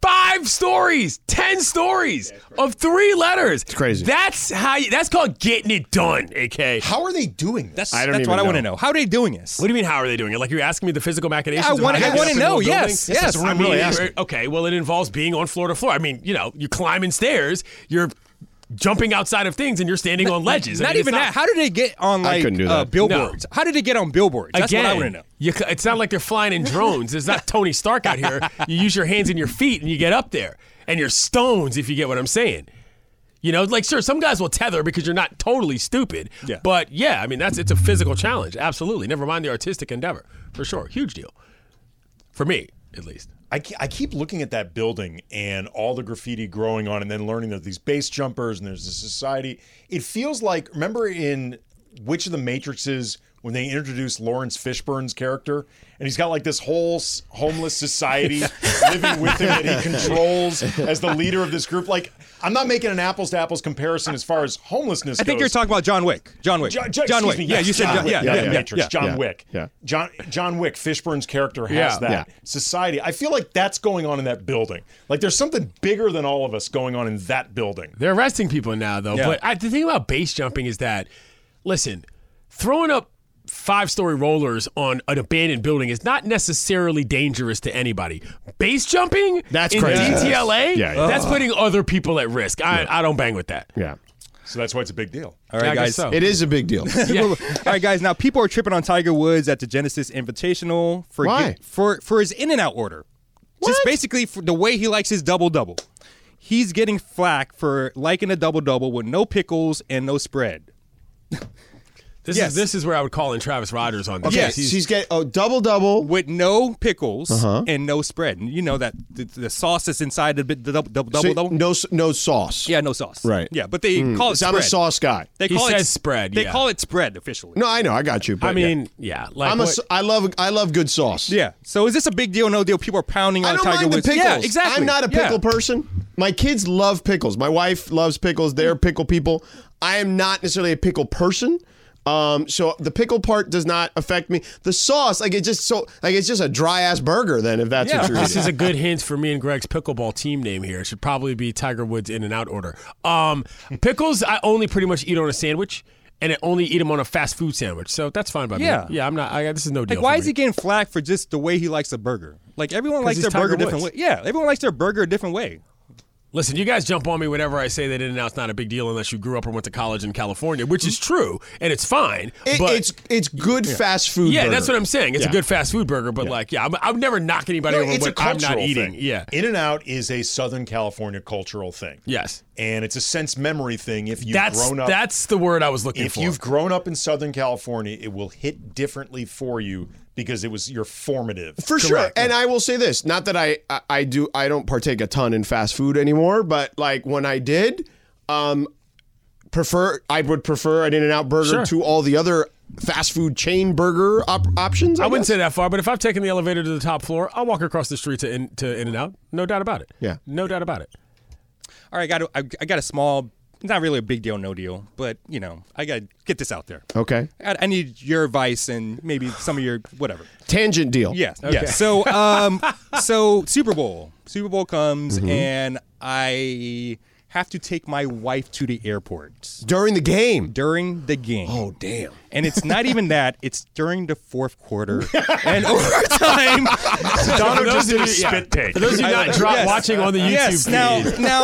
[SPEAKER 3] Five stories, ten stories of three letters. It's
[SPEAKER 1] crazy.
[SPEAKER 3] That's how. You, that's called getting it done. AK.
[SPEAKER 5] How are they doing this?
[SPEAKER 4] That's,
[SPEAKER 1] I don't
[SPEAKER 4] that's
[SPEAKER 1] even
[SPEAKER 4] what I want
[SPEAKER 1] know.
[SPEAKER 4] to know. How are they doing this?
[SPEAKER 3] What do you mean? How are they doing it? Like you're asking me the physical machinations.
[SPEAKER 4] I
[SPEAKER 3] of how
[SPEAKER 4] wanna-
[SPEAKER 3] they
[SPEAKER 4] I
[SPEAKER 3] get
[SPEAKER 4] wanna
[SPEAKER 3] up into
[SPEAKER 4] know,
[SPEAKER 3] a building?
[SPEAKER 4] yes, Yes, yes.
[SPEAKER 3] I
[SPEAKER 4] I'm
[SPEAKER 3] mean,
[SPEAKER 4] really
[SPEAKER 3] Okay. Well, it involves being on floor to floor. I mean, you know, you're climbing stairs. You're jumping outside of things, and you're standing on ledges. I
[SPEAKER 4] Not
[SPEAKER 3] mean, it's
[SPEAKER 4] even that. How did they get on like
[SPEAKER 1] couldn't do
[SPEAKER 4] uh,
[SPEAKER 1] that.
[SPEAKER 4] billboards? How did they get on billboards? That's
[SPEAKER 3] Again,
[SPEAKER 4] what I want to know.
[SPEAKER 3] you c- it's not like they're flying in drones. It's not Tony Stark out here. You use your hands and your feet, and you get up there, and you're stones. If you get what I'm saying. You know, like sure, some guys will tether because you're not totally stupid.
[SPEAKER 4] Yeah.
[SPEAKER 3] But yeah, I mean that's it's a physical challenge, absolutely. Never mind the artistic endeavor, for sure, huge deal, for me at least.
[SPEAKER 5] I, ke- I keep looking at that building and all the graffiti growing on, and then learning that these base jumpers and there's a society. It feels like remember in which of the Matrixes when they introduced Lawrence Fishburne's character, and he's got like this whole s- homeless society living with him that he controls as the leader of this group. Like I'm not making an apples to apples comparison as far as homelessness.
[SPEAKER 4] I think you're
[SPEAKER 5] goes.
[SPEAKER 4] talking about John Wick. John Wick.
[SPEAKER 5] Jo-
[SPEAKER 4] John,
[SPEAKER 5] Jo- excuse
[SPEAKER 4] Wick.
[SPEAKER 5] me,
[SPEAKER 4] yeah,
[SPEAKER 5] yes,
[SPEAKER 4] you said
[SPEAKER 5] John
[SPEAKER 4] John,
[SPEAKER 5] Wick.
[SPEAKER 4] yeah,
[SPEAKER 5] yeah,
[SPEAKER 4] yeah,
[SPEAKER 5] yeah,
[SPEAKER 4] yeah,
[SPEAKER 5] Matrix,
[SPEAKER 4] yeah.
[SPEAKER 5] John
[SPEAKER 1] yeah,
[SPEAKER 5] Wick.
[SPEAKER 1] yeah.
[SPEAKER 5] John John Wick, Fishburne's character has
[SPEAKER 3] Yeah.
[SPEAKER 5] that
[SPEAKER 1] Yeah.
[SPEAKER 5] society. I feel like that's going on in that building. Like there's something bigger than all of us going on in that building.
[SPEAKER 3] They're arresting people now, though.
[SPEAKER 4] Yeah.
[SPEAKER 3] But I, the thing about base jumping is that, listen, throwing up five story rollers on an abandoned building is not necessarily dangerous to anybody. Base jumping?
[SPEAKER 1] That's
[SPEAKER 3] in
[SPEAKER 1] crazy.
[SPEAKER 3] DTLA?
[SPEAKER 1] Yeah, yeah.
[SPEAKER 3] That's putting other people at risk. I, I don't bang with that.
[SPEAKER 1] Yeah,
[SPEAKER 5] So that's why it's a big deal.
[SPEAKER 3] Yeah,
[SPEAKER 4] All
[SPEAKER 3] I
[SPEAKER 4] right,
[SPEAKER 3] guess
[SPEAKER 4] guys.
[SPEAKER 3] so.
[SPEAKER 1] it is a big deal.
[SPEAKER 3] Yeah.
[SPEAKER 4] All right, guys. Now people are tripping on Tiger Woods at the Genesis Invitational for
[SPEAKER 1] Why?
[SPEAKER 4] for for his in and out order. Just basically for the way he likes his double double. He's getting flack for liking a double double with no pickles and no spread.
[SPEAKER 3] This
[SPEAKER 4] Yes.
[SPEAKER 3] is this is where I would call in Travis Rogers on this.
[SPEAKER 4] Okay,
[SPEAKER 1] Yes, he's getting oh double double.
[SPEAKER 4] With no pickles
[SPEAKER 1] Uh-huh.
[SPEAKER 4] and no spread, and you know that the, the sauce that's inside the, bit- the double double,
[SPEAKER 1] So
[SPEAKER 4] double.
[SPEAKER 1] no s- no sauce.
[SPEAKER 4] Yeah, no sauce.
[SPEAKER 1] Right.
[SPEAKER 4] Yeah, but they call it
[SPEAKER 1] So I'm a
[SPEAKER 4] spread.
[SPEAKER 1] sauce guy.
[SPEAKER 4] They
[SPEAKER 3] He
[SPEAKER 4] call it
[SPEAKER 3] says spread,
[SPEAKER 4] They
[SPEAKER 3] yeah.
[SPEAKER 4] call it spread officially.
[SPEAKER 1] No, I know, I got you. But
[SPEAKER 3] I mean, yeah. like
[SPEAKER 1] I'm a,
[SPEAKER 3] what-
[SPEAKER 1] s- I love I love good sauce.
[SPEAKER 4] Yeah. So is this a big deal? No deal. People are pounding
[SPEAKER 1] I
[SPEAKER 4] on
[SPEAKER 1] don't
[SPEAKER 4] Tiger
[SPEAKER 1] mind the
[SPEAKER 4] Woods.
[SPEAKER 1] pickles.
[SPEAKER 4] Yeah, exactly.
[SPEAKER 1] I'm not a
[SPEAKER 4] Yeah.
[SPEAKER 1] pickle person. My kids love pickles. My wife loves pickles. They're pickle people. I am not necessarily a pickle person. Um, so the pickle part does not affect me. The sauce, like it just so like it's just a dry ass burger. Then if that's what you're
[SPEAKER 3] This
[SPEAKER 1] eating.
[SPEAKER 3] is a good hint for me and Greg's pickleball team name here. It should probably be Tiger Woods in and out order. Um, pickles, I only pretty much eat on a sandwich, and I only eat them on a fast food sandwich. So that's fine by
[SPEAKER 4] Yeah.
[SPEAKER 3] me. Yeah, I'm not. I, this is no deal.
[SPEAKER 4] Like, why
[SPEAKER 3] for
[SPEAKER 4] is
[SPEAKER 3] me.
[SPEAKER 4] he getting flack for just the way he likes a burger? Like, everyone likes
[SPEAKER 3] he's
[SPEAKER 4] their
[SPEAKER 3] Tiger
[SPEAKER 4] burger a different way.
[SPEAKER 3] Woods.
[SPEAKER 4] Yeah, everyone likes their burger a different way.
[SPEAKER 3] Listen, you guys jump on me whenever I say that In and Out's not a big deal unless you grew up or went to college in California, which is true, and it's fine.
[SPEAKER 1] It-
[SPEAKER 3] but
[SPEAKER 1] it's it's good fast food.
[SPEAKER 3] yeah,
[SPEAKER 1] burger.
[SPEAKER 3] that's what I'm saying. It's
[SPEAKER 1] Yeah.
[SPEAKER 3] a good fast food burger, but like, yeah, I'm, I would never knock anybody
[SPEAKER 5] No,
[SPEAKER 3] over
[SPEAKER 5] it's a
[SPEAKER 3] what I'm
[SPEAKER 5] cultural
[SPEAKER 3] not eating.
[SPEAKER 5] thing.
[SPEAKER 3] Yeah.
[SPEAKER 5] In and out is a Southern California cultural thing.
[SPEAKER 3] Yes.
[SPEAKER 5] And it's a sense memory thing. If you've
[SPEAKER 3] That's
[SPEAKER 5] grown up
[SPEAKER 3] that's the word I was looking
[SPEAKER 5] if
[SPEAKER 3] for.
[SPEAKER 5] you've grown up in Southern California, it will hit differently for you because it was your formative.
[SPEAKER 1] For sure. And I will say this, not that I, I I do I don't partake a ton in fast food anymore, but like when I did, um prefer I would prefer an in and out burger
[SPEAKER 3] Sure.
[SPEAKER 1] to all the other fast food chain burger op- options. I,
[SPEAKER 3] I wouldn't
[SPEAKER 1] guess.
[SPEAKER 3] say that far, but if I've taken the elevator to the top floor, I'll walk across the street to in to In and Out. No doubt about it.
[SPEAKER 1] Yeah.
[SPEAKER 3] No doubt about it.
[SPEAKER 4] All right, I got a, I, I got a small not really a big deal, no deal, but you know, I got to get this out there.
[SPEAKER 3] Oh.
[SPEAKER 1] Okay.
[SPEAKER 4] I, I need your advice and maybe some of your whatever.
[SPEAKER 1] Tangent deal.
[SPEAKER 4] Yes. Yes. So, um, so Super Bowl, Super Bowl comes,
[SPEAKER 3] Mm-hmm.
[SPEAKER 4] and I have to take my wife to the airport
[SPEAKER 1] During the game.
[SPEAKER 4] during the game.
[SPEAKER 1] Oh damn.
[SPEAKER 4] And it's not even that; it's during the fourth quarter and overtime.
[SPEAKER 3] Donald
[SPEAKER 5] just did a spit take.
[SPEAKER 3] For those of you not dro-
[SPEAKER 4] Yes.
[SPEAKER 3] watching on the YouTube
[SPEAKER 4] yes.
[SPEAKER 3] feed,
[SPEAKER 4] Now, now,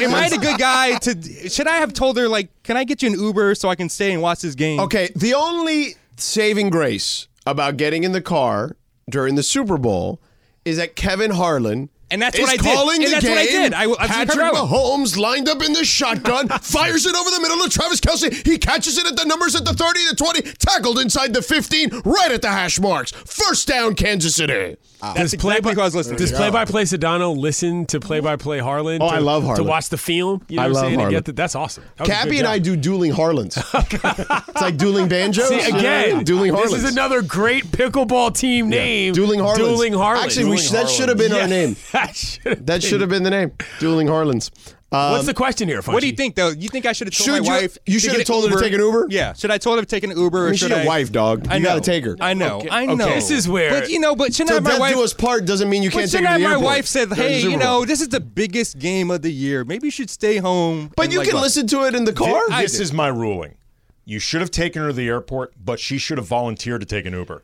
[SPEAKER 4] am I the good guy to? Should I have told her like, can I get you an Uber so I can stay and watch this game?
[SPEAKER 1] Okay, the only saving grace about getting in the car during the Super Bowl is that Kevin Harlan
[SPEAKER 4] And that's
[SPEAKER 1] is
[SPEAKER 4] what I did.
[SPEAKER 1] calling
[SPEAKER 4] And
[SPEAKER 1] the
[SPEAKER 4] that's
[SPEAKER 1] game.
[SPEAKER 4] what I did. I- I was
[SPEAKER 1] Patrick
[SPEAKER 4] proud.
[SPEAKER 1] Mahomes lined up in the shotgun, fires it over the middle to Travis Kelsey. He catches it at the numbers at the 30, the 20, tackled inside the 15, right at the hash marks. First down, Kansas City.
[SPEAKER 4] that's
[SPEAKER 3] Does play
[SPEAKER 4] exactly
[SPEAKER 3] by-
[SPEAKER 4] who I was listening
[SPEAKER 3] Does
[SPEAKER 4] to.
[SPEAKER 3] play by play Sedano listen to play by play Harlan?
[SPEAKER 1] Oh,
[SPEAKER 3] to,
[SPEAKER 1] I love
[SPEAKER 3] To
[SPEAKER 1] Harlan.
[SPEAKER 3] watch the film. You know
[SPEAKER 1] I
[SPEAKER 3] what I'm
[SPEAKER 1] love
[SPEAKER 3] saying? And
[SPEAKER 1] Harlan.
[SPEAKER 3] get the, that's awesome. That was a
[SPEAKER 1] Cappy
[SPEAKER 3] good
[SPEAKER 1] and I
[SPEAKER 3] job.
[SPEAKER 1] do dueling Harlans. it's like dueling banjos.
[SPEAKER 3] See, again,
[SPEAKER 1] dueling Harlans.
[SPEAKER 3] this is another great pickleball team name.
[SPEAKER 1] Dueling Harlans.
[SPEAKER 3] Dueling Harlan.
[SPEAKER 1] Actually, we sh- that should have been our name.
[SPEAKER 3] that should
[SPEAKER 1] That should have been the name. Dueling Harlans. Um,
[SPEAKER 3] What's the question here, Funchy?
[SPEAKER 4] What do you think though? You think I should have told
[SPEAKER 1] Should
[SPEAKER 4] my
[SPEAKER 1] you-
[SPEAKER 4] wife?
[SPEAKER 1] you
[SPEAKER 4] to
[SPEAKER 1] should
[SPEAKER 4] get
[SPEAKER 1] have
[SPEAKER 4] an
[SPEAKER 1] told her to take an Uber?
[SPEAKER 4] Yeah. Should I told her to take an Uber?
[SPEAKER 1] I
[SPEAKER 4] or
[SPEAKER 1] mean,
[SPEAKER 4] should
[SPEAKER 1] she's a
[SPEAKER 4] I-
[SPEAKER 1] wife, dog.
[SPEAKER 4] I
[SPEAKER 1] You gotta
[SPEAKER 4] know.
[SPEAKER 1] take her.
[SPEAKER 4] I know.
[SPEAKER 3] Okay.
[SPEAKER 4] I
[SPEAKER 3] Okay.
[SPEAKER 4] know.
[SPEAKER 3] This is where-
[SPEAKER 4] But you know, but should
[SPEAKER 1] So
[SPEAKER 4] not my
[SPEAKER 1] that
[SPEAKER 4] wife?
[SPEAKER 1] do us part doesn't mean you
[SPEAKER 4] but
[SPEAKER 1] can't
[SPEAKER 4] should
[SPEAKER 1] take her to
[SPEAKER 4] not
[SPEAKER 1] the
[SPEAKER 4] my
[SPEAKER 1] airport
[SPEAKER 4] wife said,
[SPEAKER 1] during the
[SPEAKER 4] "Hey,
[SPEAKER 1] Super
[SPEAKER 4] you
[SPEAKER 1] Bowl."
[SPEAKER 4] know, this is the biggest game of the year. Maybe you should stay home."
[SPEAKER 1] But
[SPEAKER 4] and,
[SPEAKER 1] you
[SPEAKER 4] like,
[SPEAKER 1] can
[SPEAKER 4] watch."
[SPEAKER 1] listen to it in the car.
[SPEAKER 5] this is my ruling. You should have taken her to the airport, but she should have volunteered to take an Uber.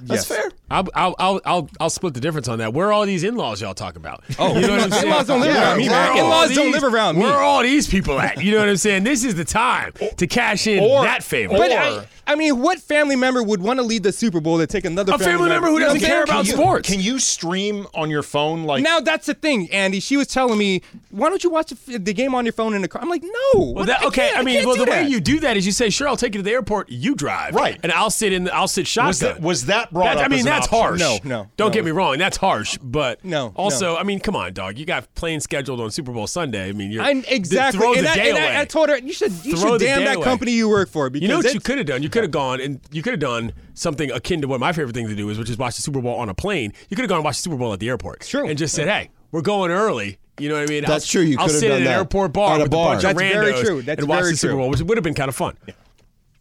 [SPEAKER 1] That's fair.
[SPEAKER 3] I'll, I'll, I'll, I'll, I'll split the difference on that. Where are all these in-laws y'all talk about?
[SPEAKER 4] Oh,
[SPEAKER 3] you know what I'm saying?
[SPEAKER 4] in-laws don't live
[SPEAKER 1] around me,
[SPEAKER 3] where
[SPEAKER 1] man.
[SPEAKER 3] are all
[SPEAKER 4] In-laws don't
[SPEAKER 3] these-
[SPEAKER 4] live around me.
[SPEAKER 3] Where are all these people at? You know what I'm saying? This is the time to cash in
[SPEAKER 5] Or-
[SPEAKER 3] that favor.
[SPEAKER 4] But
[SPEAKER 5] Or-
[SPEAKER 4] I, I mean, what family member would want to lead the Super Bowl to take another
[SPEAKER 3] A family member who
[SPEAKER 4] You know
[SPEAKER 3] doesn't
[SPEAKER 4] what
[SPEAKER 3] care
[SPEAKER 4] I'm saying?
[SPEAKER 3] about
[SPEAKER 4] Can you-
[SPEAKER 3] sports.
[SPEAKER 5] Can you stream on your phone? Like
[SPEAKER 4] Now that's the thing, Andy. She was telling me, "Why don't you watch the, the game on your phone in the car?" I'm like, "No."
[SPEAKER 3] Well, that, okay. I,
[SPEAKER 4] can't-
[SPEAKER 3] mean,
[SPEAKER 4] can't
[SPEAKER 3] well,
[SPEAKER 4] do
[SPEAKER 3] the way
[SPEAKER 4] that.
[SPEAKER 3] you do that is you say, "Sure, I'll take you to the airport. You drive,
[SPEAKER 5] Right.
[SPEAKER 3] And I'll sit in. I'll sit shotgun."
[SPEAKER 5] was that was that brought
[SPEAKER 3] That's-
[SPEAKER 5] up?
[SPEAKER 3] I mean,
[SPEAKER 5] as an
[SPEAKER 3] that's
[SPEAKER 5] option?
[SPEAKER 3] harsh.
[SPEAKER 4] No, no,
[SPEAKER 3] Don't
[SPEAKER 4] no.
[SPEAKER 3] get me wrong. That's harsh. But
[SPEAKER 4] No, no.
[SPEAKER 3] also, I mean, come on, dog. You got planes scheduled on Super Bowl Sunday. I mean, you're
[SPEAKER 4] I'm exactly.
[SPEAKER 3] throw
[SPEAKER 4] and
[SPEAKER 3] the
[SPEAKER 4] I,
[SPEAKER 3] day
[SPEAKER 4] and I-
[SPEAKER 3] away.
[SPEAKER 4] I, told her you should you
[SPEAKER 3] Throw
[SPEAKER 4] should
[SPEAKER 3] the
[SPEAKER 4] damn
[SPEAKER 3] day
[SPEAKER 4] that
[SPEAKER 3] away.
[SPEAKER 4] company you work for because
[SPEAKER 3] you know what
[SPEAKER 4] it-
[SPEAKER 3] you could have done? You could have gone and you could have done something akin to what my favorite thing to do is, which is watch the Super Bowl on a plane. You could have gone and watched the Super Bowl at the airport.
[SPEAKER 4] True.
[SPEAKER 3] And just said, hey, we're going early. You know what I mean?
[SPEAKER 1] That's true.
[SPEAKER 3] I'll,
[SPEAKER 1] You
[SPEAKER 3] I'll
[SPEAKER 1] could have
[SPEAKER 3] sit
[SPEAKER 1] done
[SPEAKER 3] at an
[SPEAKER 1] that.
[SPEAKER 3] airport bar
[SPEAKER 1] At a
[SPEAKER 3] with
[SPEAKER 1] bar.
[SPEAKER 3] bunch of
[SPEAKER 4] That's very
[SPEAKER 3] randos
[SPEAKER 4] true. That's
[SPEAKER 3] and watch
[SPEAKER 4] very
[SPEAKER 3] the Super
[SPEAKER 4] true.
[SPEAKER 3] Bowl, which would have been kind of fun.